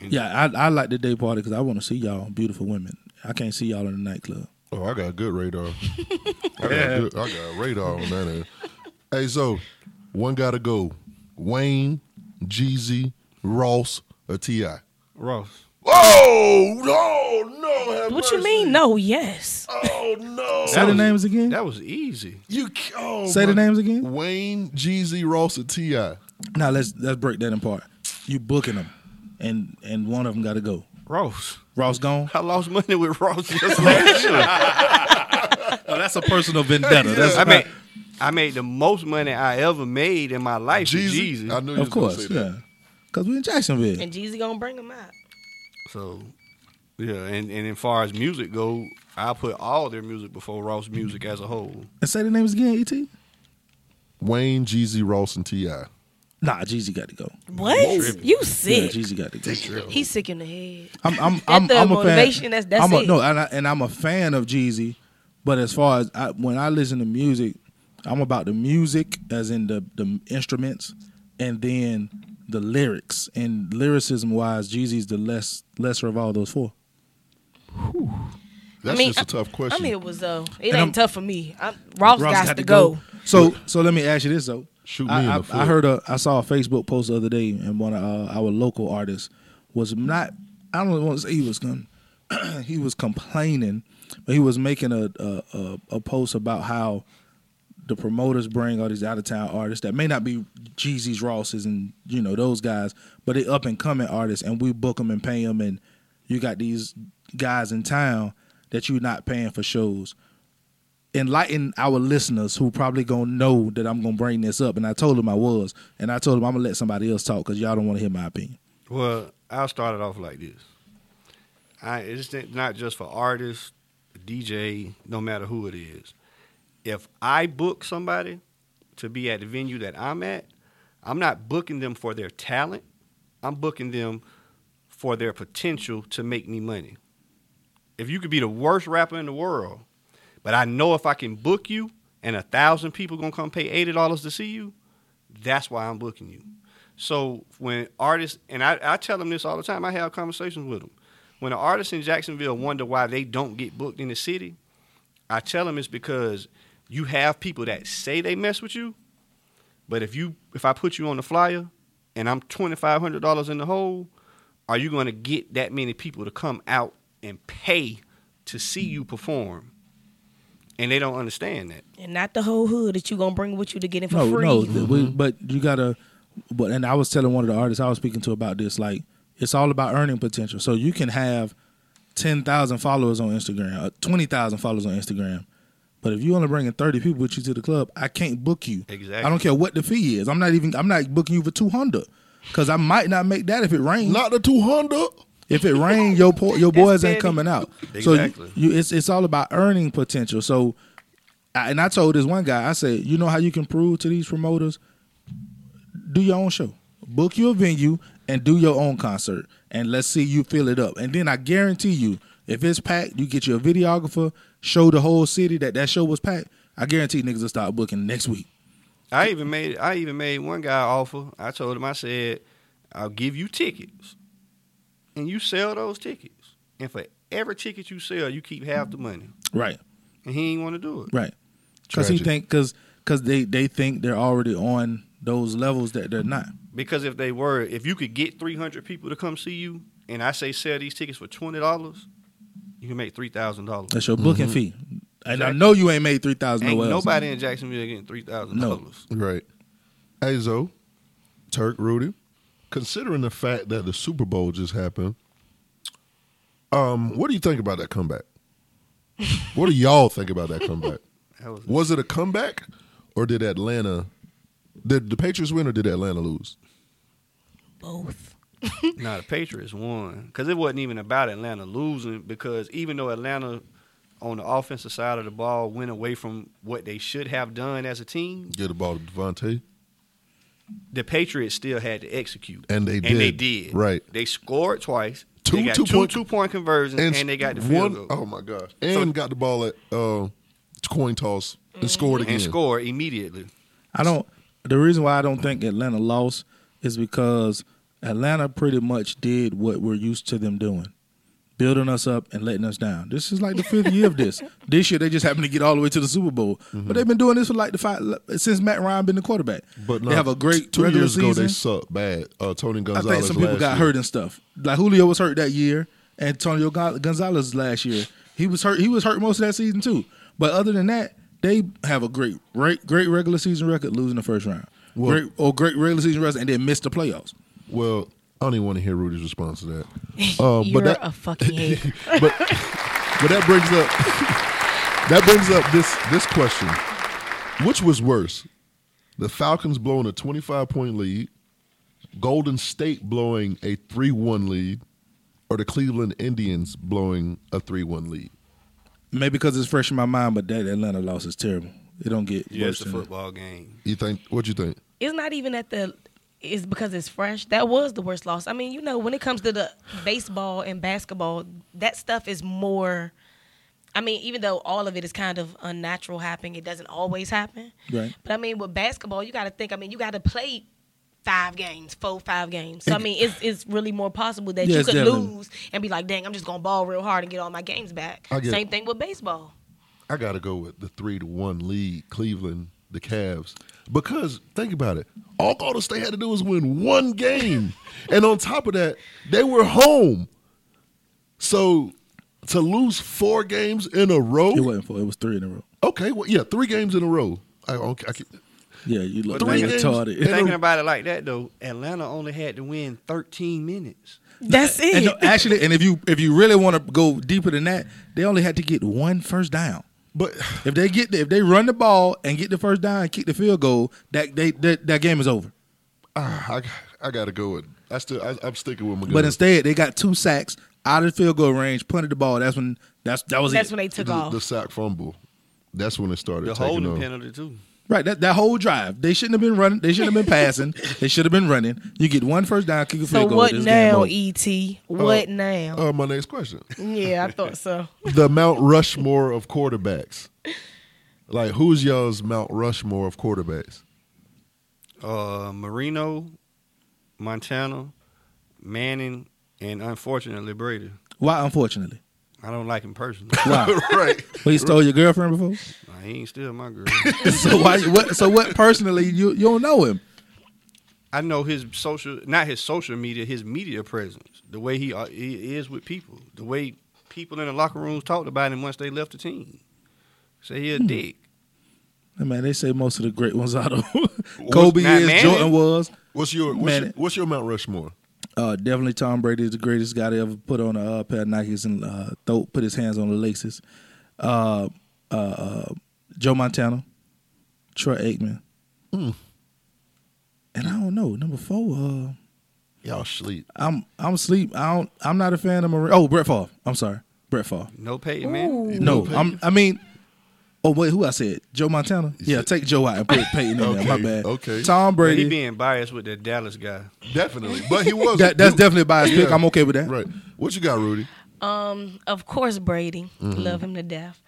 Speaker 7: Yeah, I, I like the day party because I want to see y'all beautiful women. I can't see y'all in the nightclub.
Speaker 6: Oh, I got good radar. I got, good, I got radar on that. End. Hey, so one gotta go: Wayne, Jeezy, Ross, or Ti.
Speaker 1: Ross.
Speaker 6: Oh no, no! Have
Speaker 5: what you
Speaker 6: mercy.
Speaker 5: mean? No, yes.
Speaker 6: Oh no!
Speaker 7: Say the names again.
Speaker 1: That was easy.
Speaker 6: You oh,
Speaker 7: Say the
Speaker 6: my-
Speaker 7: names again.
Speaker 6: Wayne, Jeezy, Ross, or Ti.
Speaker 7: Now let's let's break that in part. You booking them, and and one of them got to go.
Speaker 1: Ross.
Speaker 7: Ross gone.
Speaker 1: I lost money with Ross
Speaker 6: [laughs]
Speaker 1: just last year.
Speaker 7: [laughs] Oh, that's a personal vendetta.
Speaker 1: I mean I made the most money I ever made in my life. with
Speaker 6: Jeezy.
Speaker 1: Jeezy.
Speaker 6: I knew you
Speaker 7: of
Speaker 6: was gonna
Speaker 7: course,
Speaker 6: say that.
Speaker 7: yeah. Cause we in Jacksonville.
Speaker 5: And Jeezy gonna bring them out.
Speaker 1: So, yeah, and and as far as music go, I put all their music before Ross music as a whole.
Speaker 7: And say the names again, E Et.
Speaker 6: Wayne, Jeezy, Ross, and Ti.
Speaker 7: Nah, Jeezy got to go.
Speaker 5: What? You
Speaker 7: Yeah,
Speaker 5: sick.
Speaker 7: Jeezy got to go.
Speaker 5: He's sick in the head.
Speaker 7: I'm I'm I'm,
Speaker 5: thug
Speaker 7: I'm a fan.
Speaker 5: motivation, that's- that's
Speaker 7: I'm a,
Speaker 5: it.
Speaker 7: No, and, I, and I'm a fan of Jeezy, but as far as I, when I listen to music, I'm about the music, as in the the instruments, and then the lyrics and lyricism wise, Jeezy's the less lesser of all those four.
Speaker 6: That's
Speaker 5: I mean,
Speaker 6: just a tough question.
Speaker 5: I'm here with though. It
Speaker 7: I'm-
Speaker 5: ain't tough for me. I'm, Ross, got, to go.
Speaker 7: So so let me ask you this though.
Speaker 6: Shoot me
Speaker 7: I,
Speaker 6: in
Speaker 7: I-
Speaker 6: the foot.
Speaker 7: I heard a I saw a Facebook post the other day and one of uh, our local artists was not I don't want to say he was con- [clears throat] he was complaining, but he was making a a, a a post about how the promoters bring all these out of town artists that may not be Jeezy's Rosses and you know those guys, but they up and coming artists and we book them and pay them and you got these guys in town that you're not paying for shows enlighten our listeners who probably gonna know that I'm gonna bring this up. And I told him I was, and I told him I'm gonna let somebody else talk because y'all don't want to hear my opinion.
Speaker 1: Well, I'll start it off like this. I it's not just for artists, DJ, no matter who it is. If I book somebody to be at the venue that I'm at, I'm not booking them for their talent. I'm booking them for their potential to make me money. If you could be the worst rapper in the world, but I know if I can book you and a thousand people gonna come pay eighty dollars to see you, that's why I'm booking you. So when artists and I, I tell them this all the time, I have conversations with them. When an artist in Jacksonville wonder why they don't get booked in the city, I tell them it's because you have people that say they mess with you, but if you if I put you on the flyer and I'm twenty five hundred dollars in the hole, are you going to get that many people to come out and pay to see you perform? And they don't understand that.
Speaker 5: And not the whole hood that you gonna bring with you to get in for
Speaker 7: no,
Speaker 5: free.
Speaker 7: no, th- we, but you gotta. But and I was telling one of the artists I was speaking to about this, like it's all about earning potential. So you can have ten thousand followers on Instagram, or twenty thousand followers on Instagram. But if you only bringing thirty people with you to the club, I can't book you.
Speaker 1: Exactly.
Speaker 7: I don't care what the fee is. I'm not even. I'm not booking you for two hundred, because I might not make that if it rains.
Speaker 6: Not the 200.
Speaker 7: If it rains, your po- your boys ain't coming out. So you-
Speaker 1: Exactly.
Speaker 7: you, it's it's all about earning potential. So, I, and I told this one guy, I said, you know how you can prove to these promoters, do your own show, book your venue, and do your own concert, and let's see you fill it up. And then I guarantee you, if it's packed, you get your videographer, show the whole city that that show was packed. I guarantee niggas will start booking next week.
Speaker 1: I even made I even made one guy offer. I told him I said, "I'll give you tickets, and you sell those tickets. And for every ticket you sell, you keep half the money."
Speaker 7: Right.
Speaker 1: And he ain't want to do it.
Speaker 7: Right. Because he
Speaker 6: Tragic.
Speaker 7: think because because they they think they're already on those levels that they're not.
Speaker 1: Because if they were, if you could get 300 people to come see you, and I say sell these tickets for $20, you can make $3,000.
Speaker 7: That's your booking fee. And I know you ain't made three thousand
Speaker 1: Ain't
Speaker 7: nowhere else.
Speaker 1: nobody in Jacksonville getting $3,000.
Speaker 6: Right. Hey, Zo, Turk, Rudy, considering the fact that the Super Bowl just happened, um, what do you think about
Speaker 1: [laughs]
Speaker 6: that comeback? what do y'all think about that comeback?
Speaker 1: That was-
Speaker 6: Was it a comeback or did Atlanta, did the Patriots win or did Atlanta lose?
Speaker 5: Both. [laughs]
Speaker 1: No, the Patriots won because it wasn't even about Atlanta losing. Because even though Atlanta on the offensive side of the ball went away from what they should have done as a team,
Speaker 6: Get the ball to Devontae.
Speaker 1: the Patriots still had to execute,
Speaker 6: And they
Speaker 1: And they
Speaker 6: did.
Speaker 1: did.
Speaker 6: Right.
Speaker 1: They scored twice.
Speaker 6: Two
Speaker 1: they got
Speaker 6: two
Speaker 1: two
Speaker 6: point-
Speaker 1: two point conversions, and, they got the
Speaker 6: one-
Speaker 1: field goal
Speaker 6: Oh, my gosh. And got the ball at uh, coin toss and scored again.
Speaker 1: Mm-hmm. and scored immediately.
Speaker 7: I don't. The reason why I don't think Atlanta lost is because Atlanta pretty much did what we're used to them doing, building us up and letting us down. This is like the fifth year of this. [laughs] Mm-hmm. This year they just happened to get all the way to the Super Bowl, but they've been doing this for like the five since Matt Ryan been the quarterback.
Speaker 6: But
Speaker 7: they
Speaker 6: no,
Speaker 7: have a great
Speaker 6: two
Speaker 7: regular
Speaker 6: years ago.
Speaker 7: season.
Speaker 6: They sucked bad. Uh, Tony
Speaker 7: I
Speaker 6: Gonzalez.
Speaker 7: think some people
Speaker 6: last
Speaker 7: got
Speaker 6: year.
Speaker 7: hurt and stuff. Like Julio was hurt that year. Antonio Gon- Gonzalez last year. He was hurt. He was hurt most of that season too. But other than that, they have a great, great, great regular season record, losing the first round,
Speaker 6: Well-
Speaker 7: great or great regular season record, and then miss the playoffs.
Speaker 6: Well, I don't even want to hear Rudy's response to that. Uh,
Speaker 5: You're
Speaker 6: but that, [laughs]
Speaker 5: a fucking hater.
Speaker 6: but but that brings up [laughs] that brings up this this question: Which was worse, the Falcons blowing a twenty five point lead, Golden State blowing a three one lead, or the Cleveland Indians blowing a three one lead?
Speaker 7: Maybe because it's fresh in my mind, but that Atlanta loss is terrible. It don't get
Speaker 1: Yeah, it's
Speaker 7: worse.
Speaker 1: a
Speaker 7: than that.
Speaker 1: football game.
Speaker 6: You think? What you think?
Speaker 5: It's not even at the. It's because it's fresh. That was the worst loss. I mean, you know, when it comes to the baseball and basketball, that stuff is more. I mean, even though all of it is kind of unnatural happening, it doesn't always happen.
Speaker 7: Right.
Speaker 5: But I mean, with basketball, you got to think. I mean, you got to play five games, four five games. So I mean, it's it's really more possible that
Speaker 8: Yes,
Speaker 5: you could
Speaker 8: definitely.
Speaker 5: lose and be like, dang, I'm just gonna ball real hard and get all my games back.
Speaker 6: I get
Speaker 5: Same
Speaker 6: it.
Speaker 5: thing with baseball.
Speaker 6: I got to go with the three to one lead, Cleveland, the Cavs, because think about it. All Golden State had to do was win one game, and on top of that, they were home. So to lose four games in a
Speaker 8: It
Speaker 6: row,
Speaker 8: wasn't four. It was three in a row.
Speaker 6: okay, well, yeah, three games in a row. I, okay, I keep,
Speaker 8: Yeah, you look
Speaker 6: Three
Speaker 8: like
Speaker 6: games.
Speaker 8: retarded.
Speaker 6: And
Speaker 1: Thinking
Speaker 6: a-
Speaker 1: about it like that though, Atlanta only had to win 13 minutes.
Speaker 5: That's
Speaker 7: And no, actually, and if you if you really want to go deeper than that, they only had to get one first down.
Speaker 6: but [sighs]
Speaker 7: If they get the, if they run the ball and get the first down and kick the field goal, that they that, that game is over.
Speaker 6: ah, I, I got to go with. I still, I, I'm sticking with my.
Speaker 7: But instead, they got two sacks out of the field goal range, punted the ball. That's when that's that was
Speaker 5: That's
Speaker 7: it.
Speaker 5: when they took
Speaker 6: the,
Speaker 5: off.
Speaker 6: the sack fumble. That's when it started
Speaker 1: The
Speaker 6: taking
Speaker 1: holding
Speaker 6: off.
Speaker 1: penalty too.
Speaker 7: right that, that whole drive. They shouldn't have been running. They shouldn't have
Speaker 5: [laughs]
Speaker 7: been passing. they should have been running. You get one first down, kick a
Speaker 5: so
Speaker 7: field goal.
Speaker 5: what
Speaker 7: this game
Speaker 5: now, E-
Speaker 7: over.
Speaker 5: E.T.? What
Speaker 6: Uh,
Speaker 5: now?
Speaker 6: Uh, my next question:
Speaker 5: yeah, I thought so.
Speaker 6: The Mount Rushmore of quarterbacks. Like, who's y'all's Mount Rushmore of quarterbacks?
Speaker 1: Uh, Marino, Montana, Manning, and unfortunately Brady.
Speaker 7: Why? Unfortunately,
Speaker 1: I don't like him personally.
Speaker 7: why?
Speaker 6: right.
Speaker 7: well, he stole your girlfriend before.
Speaker 1: [laughs] Nah, he ain't still my girl.
Speaker 7: so why? What, so what? Personally, you you don't know him.
Speaker 1: I know his social, not his social media, his media presence, the way he, uh, he is with people, the way people in the locker rooms talked about him once they left the team. Say he a dick.
Speaker 7: Hey, Man, they say most of the great ones out of [laughs] Kobe
Speaker 1: not
Speaker 7: is,
Speaker 1: Manning.
Speaker 7: Jordan was.
Speaker 6: What's your what's,
Speaker 7: Man.
Speaker 6: your what's your Mount Rushmore?
Speaker 7: Uh, definitely Tom Brady is the greatest guy to ever put on a uh, pair of Nikes and uh, throw, put his hands on the laces. Uh, uh, uh, Joe Montana, Troy Aikman.
Speaker 6: Hmm.
Speaker 7: And I don't know. Number four, uh,
Speaker 6: Y'all sleep.
Speaker 7: I'm I'm asleep. I don't I'm not a fan of Marine. Oh, Brett Favre. I'm sorry. Brett Favre.
Speaker 1: No paid man.
Speaker 7: No, I'm I mean Oh wait, who I said? Joe Montana? Yeah,
Speaker 6: said-
Speaker 7: take Joe out and put Peyton in there. My
Speaker 6: Okay,
Speaker 7: bad.
Speaker 6: okay.
Speaker 7: Tom
Speaker 1: But
Speaker 7: Brady.
Speaker 1: he being biased with that Dallas guy.
Speaker 6: Definitely, but he was.
Speaker 7: That- that's
Speaker 6: you-
Speaker 7: definitely a biased pick. I'm okay with that.
Speaker 6: Right. What you got, Rudy?
Speaker 5: Um, of course, Brady. Love him to death.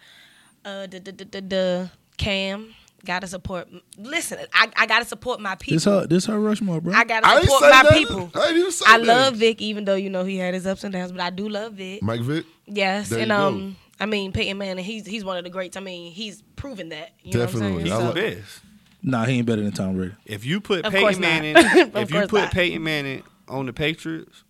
Speaker 5: Uh, duh, duh, duh, duh, duh. Cam. Gotta support. Listen, I, I gotta support my people.
Speaker 7: This her this her Rushmore, bro.
Speaker 5: I
Speaker 6: I
Speaker 5: gotta
Speaker 6: ain't
Speaker 5: support
Speaker 6: say
Speaker 5: my
Speaker 6: nothing.
Speaker 5: people.
Speaker 6: I ain't even say
Speaker 5: I
Speaker 6: nothing.
Speaker 5: love Vic, even though you know he had his ups and downs, but I do love Vic.
Speaker 6: Mike Vick.
Speaker 5: Yes,
Speaker 6: There
Speaker 5: and
Speaker 6: you go.
Speaker 5: um, I mean Peyton Manning, he's he's one of the greats. I mean, he's proven that. You
Speaker 6: Definitely.
Speaker 5: know
Speaker 6: I
Speaker 5: what
Speaker 1: The
Speaker 6: love-
Speaker 5: I'm saying? So,
Speaker 1: best.
Speaker 7: nah, he ain't better than Tom Brady.
Speaker 1: If you put
Speaker 5: Of course
Speaker 1: Peyton
Speaker 5: not. [laughs]
Speaker 1: Manning,
Speaker 5: Of
Speaker 1: if you
Speaker 5: course
Speaker 1: put
Speaker 5: not.
Speaker 1: Peyton Manning on the Patriots,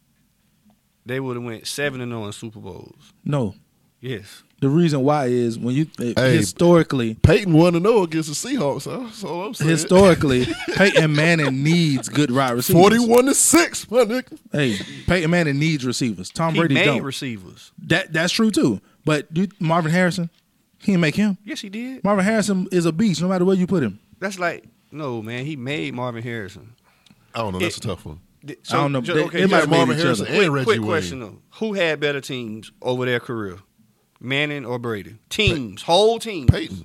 Speaker 1: they would have went seven and zero in Super Bowls.
Speaker 7: No.
Speaker 1: Yes.
Speaker 7: The reason why is when you eh,
Speaker 6: Hey.
Speaker 7: historically
Speaker 6: Peyton won to know against the Seahawks. That's all I'm saying.
Speaker 7: historically Peyton Manning needs good wide receivers.
Speaker 6: Forty-one to six, my nigga.
Speaker 7: Hey, Peyton Manning needs receivers. Tom
Speaker 1: He
Speaker 7: Brady
Speaker 1: made
Speaker 7: don't.
Speaker 1: receivers.
Speaker 7: that that's true too. But you, Marvin Harrison, he didn't make him.
Speaker 1: Yes, he did.
Speaker 7: Marvin Harrison is a beast, no matter where you put him.
Speaker 1: That's like no man. He made Marvin Harrison.
Speaker 6: I don't know. That's
Speaker 1: It-
Speaker 6: a tough one.
Speaker 1: Th-
Speaker 7: I don't know.
Speaker 1: ju-
Speaker 7: They- they
Speaker 1: you
Speaker 7: might
Speaker 1: got
Speaker 7: have made
Speaker 1: Marvin
Speaker 7: each
Speaker 1: Harrison
Speaker 6: other.
Speaker 1: Quick,
Speaker 6: and Reggie
Speaker 1: quick
Speaker 6: Wayne.
Speaker 1: question though: Who had better teams over their career, Manning or Brady? Teams, whole teams.
Speaker 6: Peyton.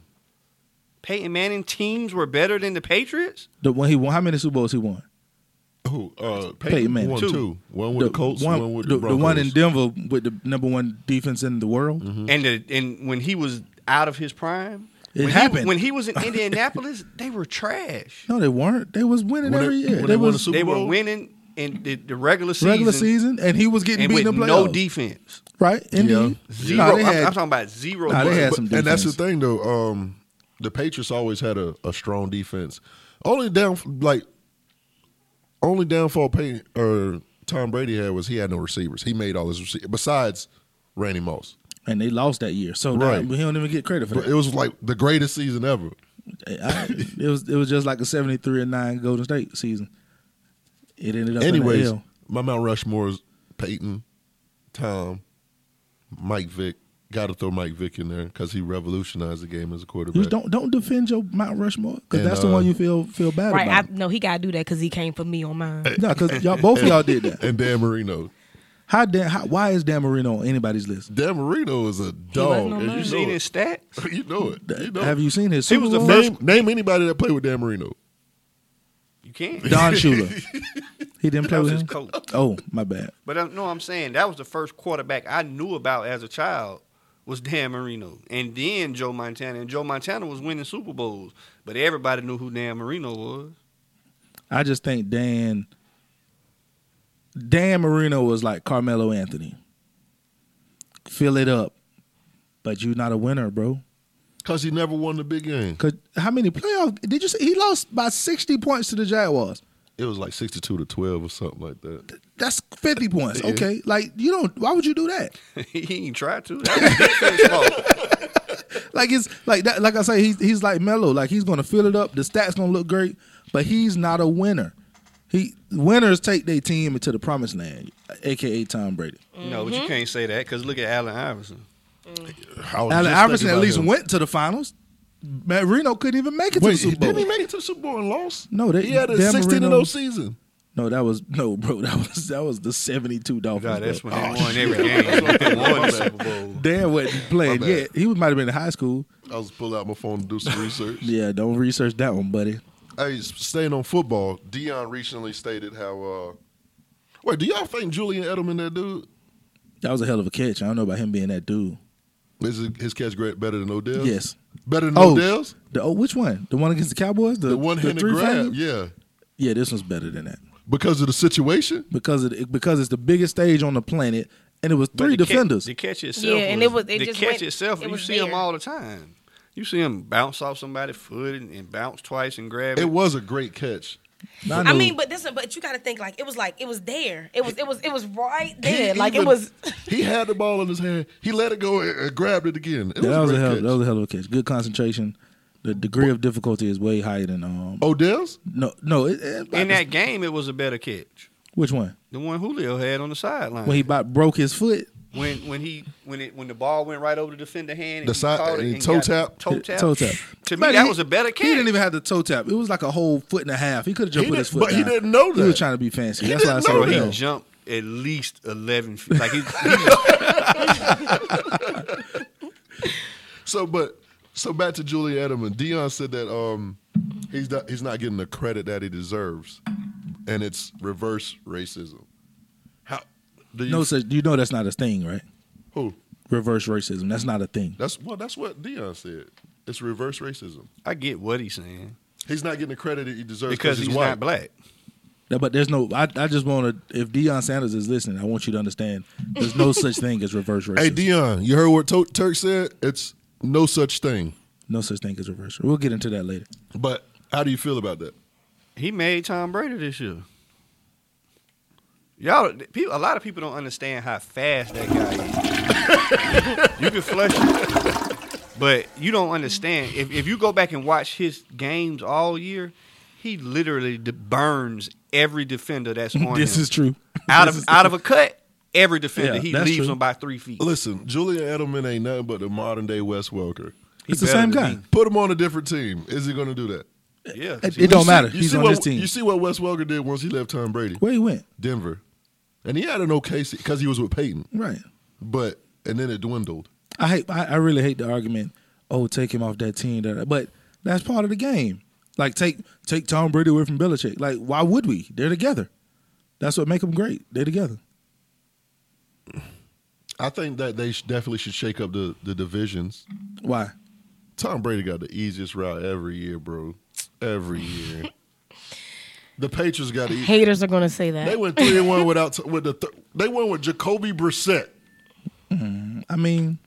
Speaker 1: Peyton Manning teams were better than the Patriots.
Speaker 7: The when he won, how many Super Bowls he won?
Speaker 6: Who? Uh, Peyton,
Speaker 7: Peyton Manning.
Speaker 6: Won
Speaker 1: Two.
Speaker 6: two. One with the, Colts. One, with the,
Speaker 7: the,
Speaker 6: Broncos. Mm-hmm.
Speaker 7: one in Denver with the number one defense in the world.
Speaker 1: And the, and when he was out of his prime,
Speaker 7: Mm-hmm. It
Speaker 1: when
Speaker 7: happened.
Speaker 1: He, when he was in Indianapolis, [laughs] they were trash.
Speaker 7: No, they weren't. They was winning
Speaker 6: When they-
Speaker 7: every year.
Speaker 6: when they won
Speaker 7: was
Speaker 6: the Super
Speaker 1: They
Speaker 6: Bowl?
Speaker 1: were winning in the, the regular season,
Speaker 7: regular season, and he was getting
Speaker 1: and
Speaker 7: beaten
Speaker 1: with
Speaker 7: in the playoffs.
Speaker 1: no defense.
Speaker 7: right? Indeed.
Speaker 1: Zero.
Speaker 7: Nah,
Speaker 1: I'm,
Speaker 7: they had-
Speaker 1: I'm talking about zero.
Speaker 7: Nah, they
Speaker 1: points.
Speaker 7: had
Speaker 6: But-
Speaker 7: some
Speaker 6: And that's the
Speaker 7: defense.
Speaker 6: thing, though. Um, the Patriots always had a, a strong defense. Only down, like, only downfall Peyton or Tom Brady had was he had no receivers. He made all his receivers besides Randy Moss.
Speaker 7: and they lost that year. So
Speaker 6: Right.
Speaker 7: right. he don't even get credit for
Speaker 6: But
Speaker 7: that.
Speaker 6: it was like the greatest season ever.
Speaker 7: I- it was it was just like a seventy three and nine Golden State season. It ended up in the
Speaker 6: Anyways,
Speaker 7: L.
Speaker 6: my Mount Rushmore is Peyton, Tom, Mike Vick. Got to throw Mike Vick in there because he revolutionized the game as a quarterback.
Speaker 7: You don't don't defend your Mount Rushmore because
Speaker 6: And,
Speaker 7: that's the
Speaker 6: uh,
Speaker 7: one you feel feel bad
Speaker 5: Right? I,
Speaker 7: about.
Speaker 5: no, he gotta do that because he came for me on mine.
Speaker 7: no, because y'all both of y'all did that.
Speaker 6: and Dan Marino.
Speaker 7: How Dan? How, why is Dan Marino on anybody's list?
Speaker 6: Dan Marino is a dog. and
Speaker 5: wasn't on mine.
Speaker 6: you
Speaker 1: You
Speaker 6: know
Speaker 1: seen
Speaker 6: it.
Speaker 1: his stats?
Speaker 6: You know it. [laughs] You know
Speaker 7: Have
Speaker 6: it.
Speaker 7: you seen his? Super
Speaker 1: was the
Speaker 7: Bowl?
Speaker 1: first-
Speaker 6: Name, name anybody that played with Dan Marino.
Speaker 1: You can't.
Speaker 6: [laughs]
Speaker 7: Don Shula. He didn't play
Speaker 1: That was
Speaker 7: with
Speaker 1: his
Speaker 7: him?
Speaker 1: coach.
Speaker 7: Oh my bad.
Speaker 1: But I, no, I'm saying that was the first quarterback I knew about as a child was Dan Marino, and then Joe Montana, and Joe Montana was [laughs] winning Super Bowls, but everybody knew who Dan Marino was.
Speaker 7: I just think Dan Dan Marino was like Carmelo Anthony. Fill it up, but you're not a winner, bro.
Speaker 6: Because he never won the big game.
Speaker 7: Cause how many playoff did you see? He lost by sixty points to the Jaguars.
Speaker 6: It was like 62 to 12 or something like that.
Speaker 7: That's fifty points.
Speaker 6: Yeah.
Speaker 7: Okay, like you don't. Why would you do that?
Speaker 1: he ain't tried to. That was defense fault.
Speaker 7: Like it's like that. Like I say, he's he's like Melo. Like he's gonna fill it up. The stats gonna look great, but he's not a winner. He winners take their team into the promised land, aka Tom Brady.
Speaker 1: No, but you can't say that because look at Allen Iverson.
Speaker 6: I was just
Speaker 7: Allen
Speaker 6: thinking
Speaker 7: Iverson at
Speaker 6: about
Speaker 7: least
Speaker 6: him.
Speaker 7: went to the finals. Marino couldn't even make it to the
Speaker 6: Wait,
Speaker 7: Super
Speaker 6: didn't he
Speaker 7: Bowl.
Speaker 6: make it to the Super Bowl and lost?
Speaker 7: No, they-
Speaker 6: he had a
Speaker 7: Dan
Speaker 6: 16 and 0
Speaker 7: Marino-
Speaker 6: season.
Speaker 7: No, that was no, bro. That was that was the '72 Dolphins.
Speaker 1: God, that's
Speaker 7: bro.
Speaker 1: when they won every game. They won the Super Bowl.
Speaker 7: Oh, Dan wasn't playing
Speaker 6: bad.
Speaker 7: yet. He was- might have been in high school.
Speaker 6: I was pulling out my phone to do some research.
Speaker 7: [laughs] Yeah, don't research that one, buddy.
Speaker 6: Hey, s- staying on football, Dion recently stated how. uh Wait, do y'all think Julian Edelman that dude?
Speaker 7: That was a hell of a catch. I don't know about him being that dude.
Speaker 6: Is it- his catch great better than Odell's?
Speaker 7: Yes.
Speaker 6: better than
Speaker 7: Oh.
Speaker 6: Odell's.
Speaker 7: The oh, which one? The one against the Cowboys?
Speaker 6: The one handed
Speaker 7: three
Speaker 6: grab,
Speaker 7: frame?
Speaker 6: yeah,
Speaker 7: Yeah, this one's better than that
Speaker 6: because of the situation.
Speaker 7: because it because it's the biggest stage on the planet, and it was
Speaker 1: But
Speaker 7: three
Speaker 1: the ca-
Speaker 7: defenders.
Speaker 1: the catch itself.
Speaker 5: Yeah, and
Speaker 1: was-
Speaker 5: it was- it
Speaker 1: the
Speaker 5: just
Speaker 1: catch
Speaker 5: went-
Speaker 1: itself.
Speaker 5: it
Speaker 1: you
Speaker 5: was
Speaker 1: see them
Speaker 5: there.
Speaker 1: all the time. You see him bounce off somebody's foot and, and bounce twice and grab it.
Speaker 6: It was a great catch.
Speaker 7: Now,
Speaker 5: I
Speaker 7: know-
Speaker 5: mean, but this, but you got to think like it was like it was there. It was it was it was right
Speaker 6: He
Speaker 5: there. like
Speaker 6: even-
Speaker 5: it was.
Speaker 6: He had the ball in his hand. He let it go and and grabbed it again. It
Speaker 7: yeah, that
Speaker 6: was
Speaker 7: was
Speaker 6: a great
Speaker 7: a hell
Speaker 6: catch.
Speaker 7: that was a hell of a catch. Good concentration. The degree of difficulty is way higher than um.
Speaker 6: Odell's.
Speaker 7: No, no. It, it-
Speaker 1: In that game, it was a better catch.
Speaker 7: which one?
Speaker 1: The one Julio had on the sideline.
Speaker 7: When he about broke his foot,
Speaker 1: when when he when it when the ball went right over the defender hand, and
Speaker 6: The
Speaker 1: he
Speaker 6: side-
Speaker 1: caught it
Speaker 6: and
Speaker 1: and,
Speaker 6: toe
Speaker 1: got
Speaker 6: tap?
Speaker 1: toe tap,
Speaker 7: Toe tap.
Speaker 1: To me,
Speaker 7: Man,
Speaker 1: that
Speaker 7: he-
Speaker 1: was a better catch.
Speaker 7: He didn't even have the toe tap. It was like a whole foot and a half. He could have just
Speaker 6: He
Speaker 7: put his
Speaker 6: didn't-
Speaker 7: foot.
Speaker 6: but he
Speaker 7: down.
Speaker 6: didn't know
Speaker 7: He
Speaker 6: that.
Speaker 7: was trying to be fancy.
Speaker 6: He
Speaker 7: That's why I
Speaker 6: didn't
Speaker 7: said
Speaker 6: know
Speaker 1: Bro, he
Speaker 6: Yeah.
Speaker 7: no.
Speaker 1: jumped at least eleven feet. Like he, he
Speaker 6: So, but so back to Julian Edelman. Dion said that um, he's not he's not getting the credit that he deserves, and it's reverse racism. How do you?
Speaker 7: No, such you know that's not a thing, right?
Speaker 6: who?
Speaker 7: Reverse racism. That's not a thing.
Speaker 6: That's well. That's what Dion said. It's reverse racism.
Speaker 1: I get what he's saying
Speaker 6: He's not getting the credit that he deserves
Speaker 1: because he's,
Speaker 6: white.
Speaker 1: not black.
Speaker 7: No, But there's no. I, I just want to. If Deion Sanders is listening, I want you to understand. There's no such thing as reverse racism.
Speaker 6: Hey, Dion, you heard what Tur- Turk said? It's no such thing.
Speaker 7: no such thing as reverse. We'll get into that later.
Speaker 6: But how do you feel about that?
Speaker 1: He made Tom Brady this year. Y'all, people, a lot of people don't understand how fast that guy [laughs] is. you can flush it, but you don't understand. If, if you go back and watch his games all year, he literally de- burns every defender
Speaker 7: [laughs]
Speaker 1: that's on
Speaker 7: This
Speaker 1: him.
Speaker 7: is true.
Speaker 1: Out
Speaker 7: This
Speaker 1: of
Speaker 7: is
Speaker 1: out of a cut, every defender
Speaker 7: Yeah,
Speaker 1: he
Speaker 7: that's
Speaker 1: leaves
Speaker 7: true.
Speaker 1: them by three feet.
Speaker 6: Listen, Julian Edelman ain't nothing but the modern day Wes Welker.
Speaker 1: He's
Speaker 7: It's the
Speaker 1: better
Speaker 7: same guy.
Speaker 1: than
Speaker 6: Put him on a different team. Is he going to do that?
Speaker 1: me. Yeah,
Speaker 7: It,
Speaker 1: 'cause
Speaker 7: it
Speaker 1: he-
Speaker 7: don't matter.
Speaker 6: You
Speaker 7: He's
Speaker 6: see
Speaker 7: on
Speaker 6: what,
Speaker 7: this team.
Speaker 6: You see what Wes Welker did once he left Tom Brady,
Speaker 7: Where he went?
Speaker 6: Denver, and he had an okay because he was with Peyton,
Speaker 7: Right.
Speaker 6: but and then it dwindled.
Speaker 7: I hate. I, I really hate the argument. Oh, take him off that team. That, but that's part of the game. Like take take Tom Brady away from Belichick. Like why would we? They're together. That's what make them great. They're together.
Speaker 6: I think that they sh- definitely should shake up the the divisions.
Speaker 7: Why?
Speaker 6: Tom Brady got the easiest route every year, bro. Every year, the Patriots got the easy.
Speaker 5: Haters are gonna say
Speaker 6: They
Speaker 5: that.
Speaker 6: went three and one without t- with the th- they went with Jacoby Brissett.
Speaker 7: I mean,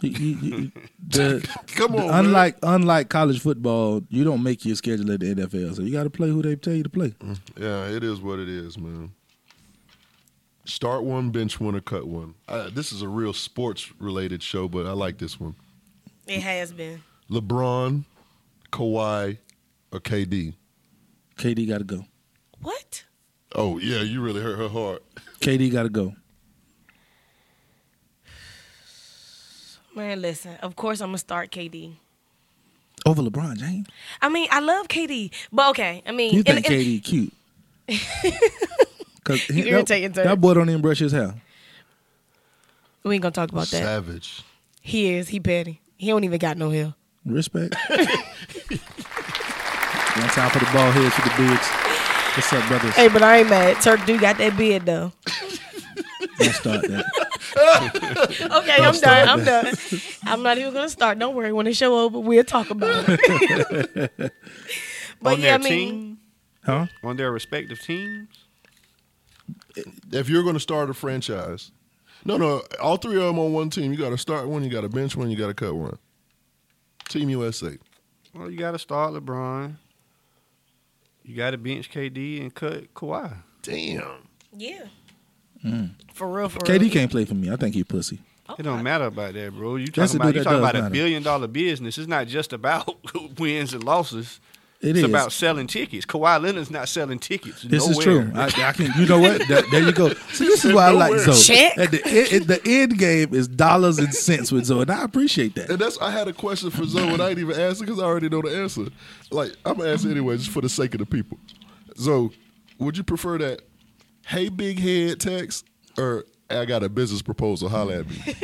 Speaker 7: you- you- [laughs] you- the,
Speaker 6: Come
Speaker 7: the-
Speaker 6: on, man.
Speaker 7: unlike unlike college football, you don't make your schedule at the NFL, so you got to play who they tell you to play.
Speaker 6: Yeah, it is what it is, man. Start one, bench one, or cut one. Uh, this is a real sports related show, but I like this one.
Speaker 5: It has been.
Speaker 6: LeBron, Kawhi, or KD?
Speaker 7: KD got to go.
Speaker 5: What?
Speaker 6: Oh yeah, you really hurt her hard.
Speaker 7: KD got to go.
Speaker 5: Man, listen. Of course, I'm gonna start KD.
Speaker 7: Over LeBron James,
Speaker 5: I mean, I love KD, but okay. I mean,
Speaker 7: you think
Speaker 5: and- and-
Speaker 7: KD
Speaker 5: [laughs]
Speaker 7: cute? Cause he-
Speaker 5: You irritating,
Speaker 7: that,
Speaker 5: sir.
Speaker 7: that boy don't even brush his hair.
Speaker 5: we ain't gonna talk about that.
Speaker 6: Savage.
Speaker 5: He is. He petty. He don't even got no hair. [laughs]
Speaker 7: Respect. One time for the ball heads for the beards. What's up, brothers?
Speaker 5: Hey, but I ain't mad. Turk do got that beard
Speaker 7: [laughs]
Speaker 5: though.
Speaker 7: Don't start that.
Speaker 5: Okay, I'm done. I'm done. I'm not even gonna start. Don't worry.
Speaker 7: [laughs]
Speaker 5: When the show over, we'll talk about it.
Speaker 1: on
Speaker 5: but yeah,
Speaker 1: their
Speaker 5: I mean,
Speaker 1: team,
Speaker 7: Huh?
Speaker 1: on their respective teams.
Speaker 6: If you're going to start a franchise, no, no, all three of them on one team. You got to start one, you got to bench one, you got to cut one. Team USA.
Speaker 1: Well, you got to start LeBron. You got to bench KD and cut Kawhi.
Speaker 6: Damn.
Speaker 5: Yeah. For real, for real.
Speaker 7: KD Mm. can't play for me. I think he pussy.
Speaker 5: Oh,
Speaker 1: It don't matter about that, bro. You talking
Speaker 7: That's the
Speaker 1: about
Speaker 7: dude
Speaker 1: you
Speaker 7: that
Speaker 1: talking
Speaker 7: does
Speaker 1: about a
Speaker 7: matter.
Speaker 1: billion dollar business. It's not just about [laughs] wins and losses.
Speaker 7: It
Speaker 1: It's
Speaker 7: is.
Speaker 1: about selling tickets. Kawhi Leonard's not selling tickets.
Speaker 7: This is
Speaker 1: nowhere.
Speaker 7: true. I, I can. You know what? That- there you go. See, this is why I like Zoe.
Speaker 5: Check.
Speaker 7: At the, end, at the end game is dollars and cents with Zoe, and I appreciate that.
Speaker 6: And that's I had a question for Zoe, and I didn't even ask it because I already know the answer. Like I'm gonna ask it anyway, just for the sake of the people. Zoe, would you prefer that? Hey, big head text, or I got a business proposal. Holla
Speaker 1: [laughs]
Speaker 6: at me.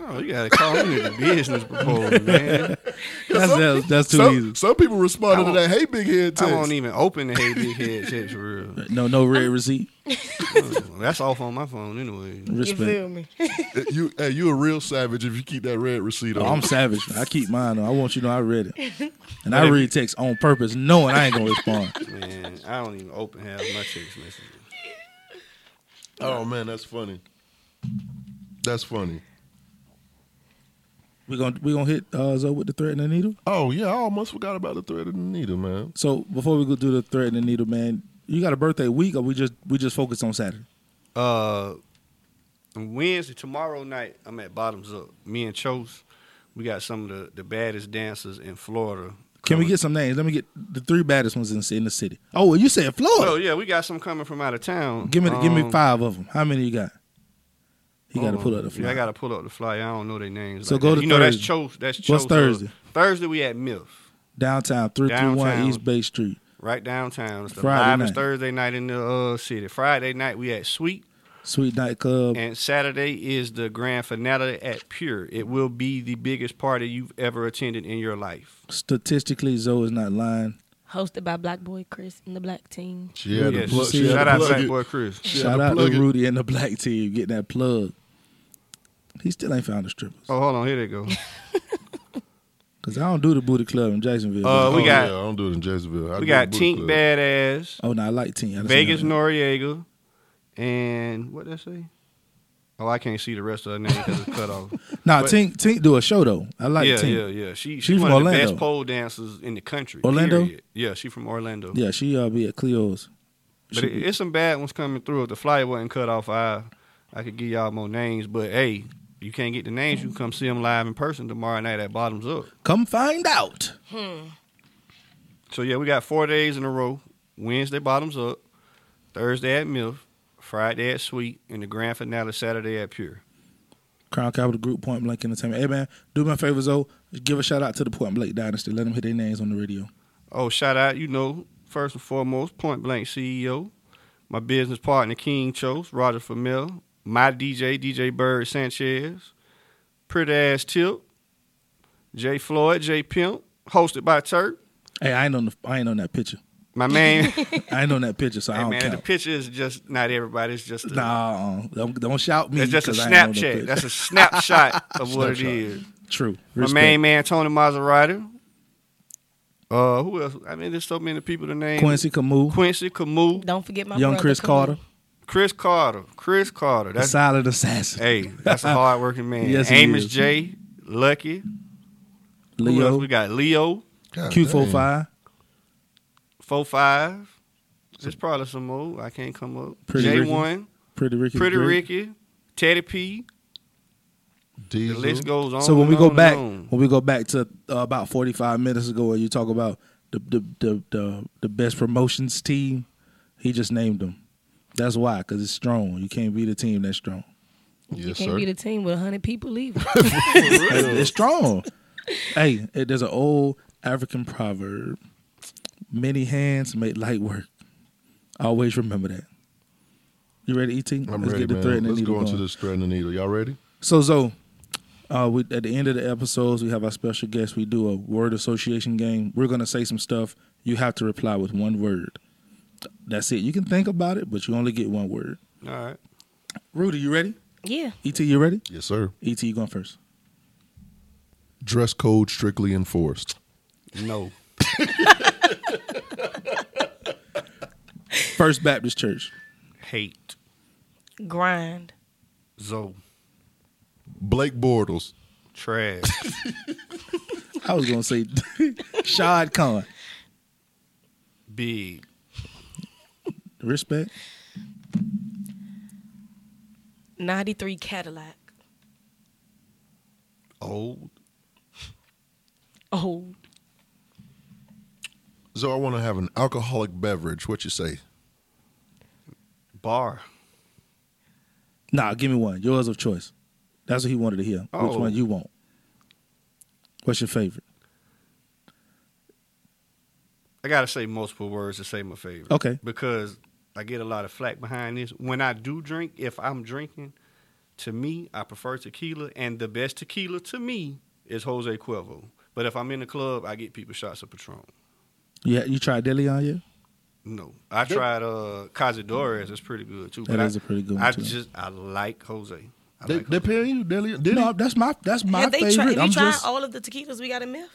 Speaker 1: Oh, you gotta call me a business
Speaker 7: [laughs]
Speaker 1: proposal, man.
Speaker 7: That's, that's, that's too
Speaker 6: Some,
Speaker 7: easy.
Speaker 6: some people responded to
Speaker 1: I
Speaker 6: that. Hey, big head
Speaker 1: I
Speaker 6: text.
Speaker 1: won't even open the hey big head text for
Speaker 7: [laughs]
Speaker 1: real.
Speaker 7: No, no red
Speaker 5: [laughs]
Speaker 7: receipt.
Speaker 1: That's off on my phone anyway.
Speaker 5: You
Speaker 7: Respect.
Speaker 5: feel me? [laughs]
Speaker 6: you, hey, you a real savage if you keep that red receipt on.
Speaker 7: Oh, I'm savage. I keep mine. on. I want you to know I read
Speaker 1: [laughs]
Speaker 7: it, and I read text on purpose, knowing I ain't gonna respond.
Speaker 1: Man, I don't even open half my text messages.
Speaker 6: oh man, that's funny. That's funny.
Speaker 7: We gonna we gonna hit uh, Zoe with the thread and the needle.
Speaker 6: Oh yeah, I almost forgot about the thread of the needle, man.
Speaker 7: So before we go do the thread and the needle, man, you got a birthday week, or we just we just focus on Saturday?
Speaker 1: Uh, Wednesday tomorrow night, I'm at Bottoms Up. Me and Chose, we got some of the, the baddest dancers in Florida.
Speaker 7: Can we
Speaker 1: coming-
Speaker 7: get some names? Let me get the three baddest ones in, in the city. Oh, well, you said Florida.
Speaker 1: Oh yeah, we got some coming from out of town.
Speaker 7: Give me give me
Speaker 1: Um,
Speaker 7: five of them. How many you got? You got to
Speaker 1: hold
Speaker 7: pull
Speaker 1: on.
Speaker 7: up the
Speaker 1: Yeah,
Speaker 7: flyer.
Speaker 1: I got to pull up the flyer. I don't know their names.
Speaker 7: So
Speaker 1: like
Speaker 7: go
Speaker 1: that.
Speaker 7: to
Speaker 1: you know that's
Speaker 7: Thursday.
Speaker 1: Chose. That's Chose.
Speaker 7: What's Thursday?
Speaker 1: Thursday we at Miff,
Speaker 7: downtown three three one
Speaker 1: Downtown.
Speaker 7: East Bay Street.
Speaker 1: right downtown. It's the
Speaker 7: Friday
Speaker 1: livest
Speaker 7: night.
Speaker 1: Thursday night in the uh, city. Friday night we at Sweet,
Speaker 7: Sweet Night Club.
Speaker 1: and Saturday is the grand finale at Pure. It will be the biggest party you've ever attended in your life.
Speaker 7: Statistically, Zoe is not lying.
Speaker 5: Hosted by Black Boy Chris and the Black Team.
Speaker 6: She had
Speaker 1: Yes,
Speaker 6: to plug. She had
Speaker 1: shout
Speaker 6: to
Speaker 1: out
Speaker 6: plug
Speaker 1: Black
Speaker 6: it.
Speaker 1: Boy Chris.
Speaker 6: She had
Speaker 7: Shout out to
Speaker 6: plug it.
Speaker 7: Rudy and the Black Team getting that plug. He still ain't found the strippers
Speaker 1: Oh, hold on, here they go.
Speaker 7: because I don't do the booty club in Jacksonville.
Speaker 1: Uh, we
Speaker 6: Oh,
Speaker 1: got-
Speaker 6: yeah, I don't do it in Jacksonville.
Speaker 1: We
Speaker 6: I do it
Speaker 1: got
Speaker 6: in Booty
Speaker 1: Tink
Speaker 6: Club.
Speaker 1: Badass,
Speaker 7: oh no, I like team. I done seen
Speaker 1: Vegas
Speaker 7: her.
Speaker 1: Noriega, and what that say? Oh, I can't see the rest of her name because it's cut [laughs] off.
Speaker 7: Nah,
Speaker 1: but-
Speaker 7: Tink Tink do a show though. I like
Speaker 1: yeah,
Speaker 7: Tink.
Speaker 1: yeah,
Speaker 7: Yeah,
Speaker 1: yeah. She she's
Speaker 7: She
Speaker 1: one of
Speaker 7: from
Speaker 1: the best
Speaker 7: Orlando.
Speaker 1: pole dancers in the country.
Speaker 7: Orlando?
Speaker 1: period. Yeah, she from Orlando.
Speaker 7: she uh be at Cleo's.
Speaker 1: but it, it's some bad ones coming through. If the flyer wasn't cut off, I I could give y'all more names. But hey, you can't get the names. You can come see them live in person tomorrow night at Bottoms Up.
Speaker 7: Come find out.
Speaker 1: So yeah, we got four days in a row. Wednesday Bottoms Up, Thursday at MILF, Friday at Sweet, and the grand finale Saturday at Pure.
Speaker 7: Crown Capital Group, Point Blank Entertainment. Hey man, do me a favor, Zoe. Give a shout out to the Point Blank Dynasty. Let them hit their names on the radio.
Speaker 1: Oh, shout out, you know, first and foremost, Point Blank CEO, my business partner King Chose, Roger Famel, my DJ, DJ Bird Sanchez, Pretty Ass Tilt, Jay Floyd, Jay Pimp, hosted by Turk.
Speaker 7: Hey, I ain't on the I ain't on that picture.
Speaker 1: My man, hey
Speaker 7: I ain't on that picture, so I don't
Speaker 1: man, the
Speaker 7: count.
Speaker 1: picture is just not everybody. It's just a,
Speaker 7: Nah, uh, don't, don't shout me.
Speaker 1: it's just a
Speaker 7: 'cause I ain't on the
Speaker 1: Snapchat.
Speaker 7: picture.
Speaker 1: That's a snapshot
Speaker 7: [laughs]
Speaker 1: of what it
Speaker 7: Snapshot.
Speaker 1: is.
Speaker 7: true.
Speaker 1: My
Speaker 7: Respect.
Speaker 1: main man Tony Maserati. Uh, who else? I mean, there's so many people to name.
Speaker 7: Quincy Camus,
Speaker 1: Quincy Camus,
Speaker 5: Don't forget my
Speaker 7: young
Speaker 5: brother,
Speaker 7: Chris
Speaker 5: Kareem.
Speaker 7: Carter,
Speaker 1: Chris Carter, Chris Carter.
Speaker 7: the
Speaker 1: That's
Speaker 7: silent assassin,
Speaker 1: hey, that's a hard working man.
Speaker 7: [laughs] Yes, he
Speaker 1: Amos
Speaker 7: is.
Speaker 1: J, Lucky. Who else?
Speaker 7: Leo,
Speaker 1: We got Leo,
Speaker 6: God dang.
Speaker 7: Q45,
Speaker 1: four five. There's probably some more. I can't come up.
Speaker 7: Pretty
Speaker 1: J one,
Speaker 7: Pretty Ricky,
Speaker 1: Pretty
Speaker 7: the Great.
Speaker 1: Ricky, Teddy P. The
Speaker 6: Diesel.
Speaker 1: list goes on.
Speaker 7: So when
Speaker 1: and
Speaker 7: we go
Speaker 1: on and
Speaker 7: back,
Speaker 1: on.
Speaker 7: when we go back to uh, about forty five minutes ago, and you talk about the the, the the the best promotions team, he just named them. That's why, because it's strong. You can't be the team that's strong.
Speaker 5: You
Speaker 6: Yes,
Speaker 5: can't
Speaker 6: sir.
Speaker 5: be the team with 100 people
Speaker 7: [laughs]
Speaker 5: leaving.
Speaker 7: It's strong. hey, it, there's an old African proverb: "Many hands make light work." Always remember that. You ready, Et?
Speaker 6: I'm ready,
Speaker 7: get the
Speaker 6: man.
Speaker 7: thread and the
Speaker 6: Let's
Speaker 7: needle
Speaker 6: go into
Speaker 7: going.
Speaker 6: this thread and the needle. Y'all ready?
Speaker 7: So Zoe, uh, we, at the end of the episodes, we have our special guest. We do a word association game. We're gonna say some stuff. You have to reply with one word. That's it. You can think about it, but you only get one word.
Speaker 1: all right.
Speaker 7: Rudy, you ready?
Speaker 5: yeah.
Speaker 7: Et, you ready?
Speaker 6: Yes, sir.
Speaker 7: Et, you going first?
Speaker 6: Dress code strictly enforced.
Speaker 1: No.
Speaker 7: First Baptist Church.
Speaker 1: Hate.
Speaker 5: Grind.
Speaker 1: Zoe.
Speaker 6: Blake Bortles.
Speaker 1: Trash. [laughs]
Speaker 7: I was gonna say [laughs] Shad Khan.
Speaker 1: Big.
Speaker 7: Respect.
Speaker 5: 93 Cadillac.
Speaker 1: Old.
Speaker 5: Old.
Speaker 6: So I want to have an alcoholic beverage. What you say?
Speaker 1: Bar.
Speaker 7: Nah, give me one. Yours of choice. That's what he wanted to hear. Which
Speaker 1: Oh.
Speaker 7: one you want? What's your favorite?
Speaker 1: I gotta say multiple words to say my favorite.
Speaker 7: Okay.
Speaker 1: Because I get a lot of flack behind this. When I do drink, if I'm drinking, to me, I prefer tequila, and the best tequila to me is Jose Cuervo. But if I'm in the club, I get people shots of Patron.
Speaker 7: Yeah, you tried Deleon yet?
Speaker 1: No, I tried uh Cazadores. It's pretty good too.
Speaker 7: That
Speaker 1: I-
Speaker 7: is a pretty good one,
Speaker 1: I
Speaker 7: too.
Speaker 1: just I like Jose. I
Speaker 6: They,
Speaker 1: like
Speaker 6: they
Speaker 1: Jose.
Speaker 6: paying you daily? Did
Speaker 7: no, that's my that's my
Speaker 5: Have they
Speaker 7: favorite.
Speaker 5: tried? Have you oh.
Speaker 7: I'm
Speaker 5: tried
Speaker 7: just
Speaker 5: all of the tequilas we got in Myth?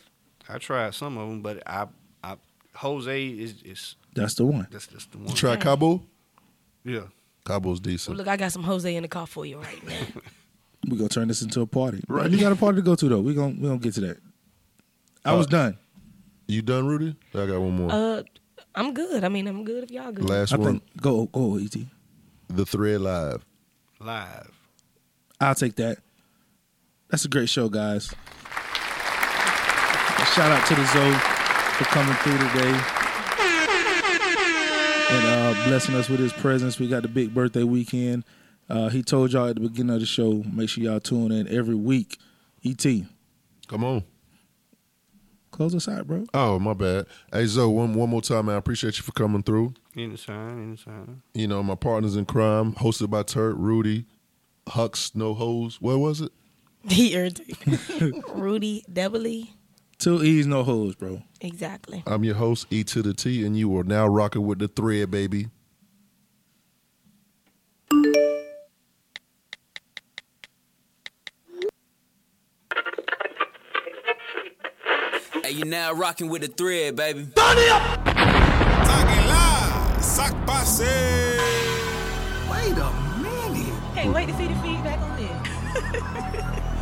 Speaker 1: I tried some of them, but I I Jose is is
Speaker 7: that's the one.
Speaker 1: that's just the
Speaker 6: you
Speaker 1: one.
Speaker 6: try Cabo?
Speaker 1: Yeah,
Speaker 6: Cabo's
Speaker 5: Well,
Speaker 6: decent.
Speaker 5: look, I got some Jose in the car for you right
Speaker 7: [laughs]
Speaker 5: now.
Speaker 7: We're gonna turn this into a party.
Speaker 6: Right.
Speaker 7: You got a party to go to though. We're gonna we gonna get to that. I was
Speaker 6: Uh,
Speaker 7: done.
Speaker 6: You done, Rudy? I got one more.
Speaker 5: uh, I'm good. I mean, I'm good if y'all good.
Speaker 6: Last
Speaker 7: I
Speaker 6: one.
Speaker 7: think go go E ET.
Speaker 6: The Thread Live.
Speaker 1: live.
Speaker 7: I'll take that. That's a great show, guys. A shout out to the Zoe for coming through today and uh, blessing us with his presence. We got the big birthday weekend. Uh, he told y'all at the beginning of the show, make sure y'all tune in every week. E ET,
Speaker 6: Come on.
Speaker 7: close us out, bro.
Speaker 6: Oh, my bad. Hey, Zoe, one, one more time, man. I appreciate you for coming through.
Speaker 1: Anytime, anytime.
Speaker 6: You know, my partners in crime, hosted by Turk, Rudy, Hucks, No Hoes. What was it?
Speaker 5: [laughs] He irritated.
Speaker 7: [laughs]
Speaker 5: Rudy Debily.
Speaker 7: Two E's, no hoes, bro.
Speaker 5: Exactly.
Speaker 6: I'm your host, E to the T, and you are now rocking with the thread, baby.
Speaker 2: Hey, you now rocking with the thread, baby.
Speaker 3: Taggy live, sac passé.
Speaker 4: Wait a minute.
Speaker 5: Can't wait to see the feedback on this.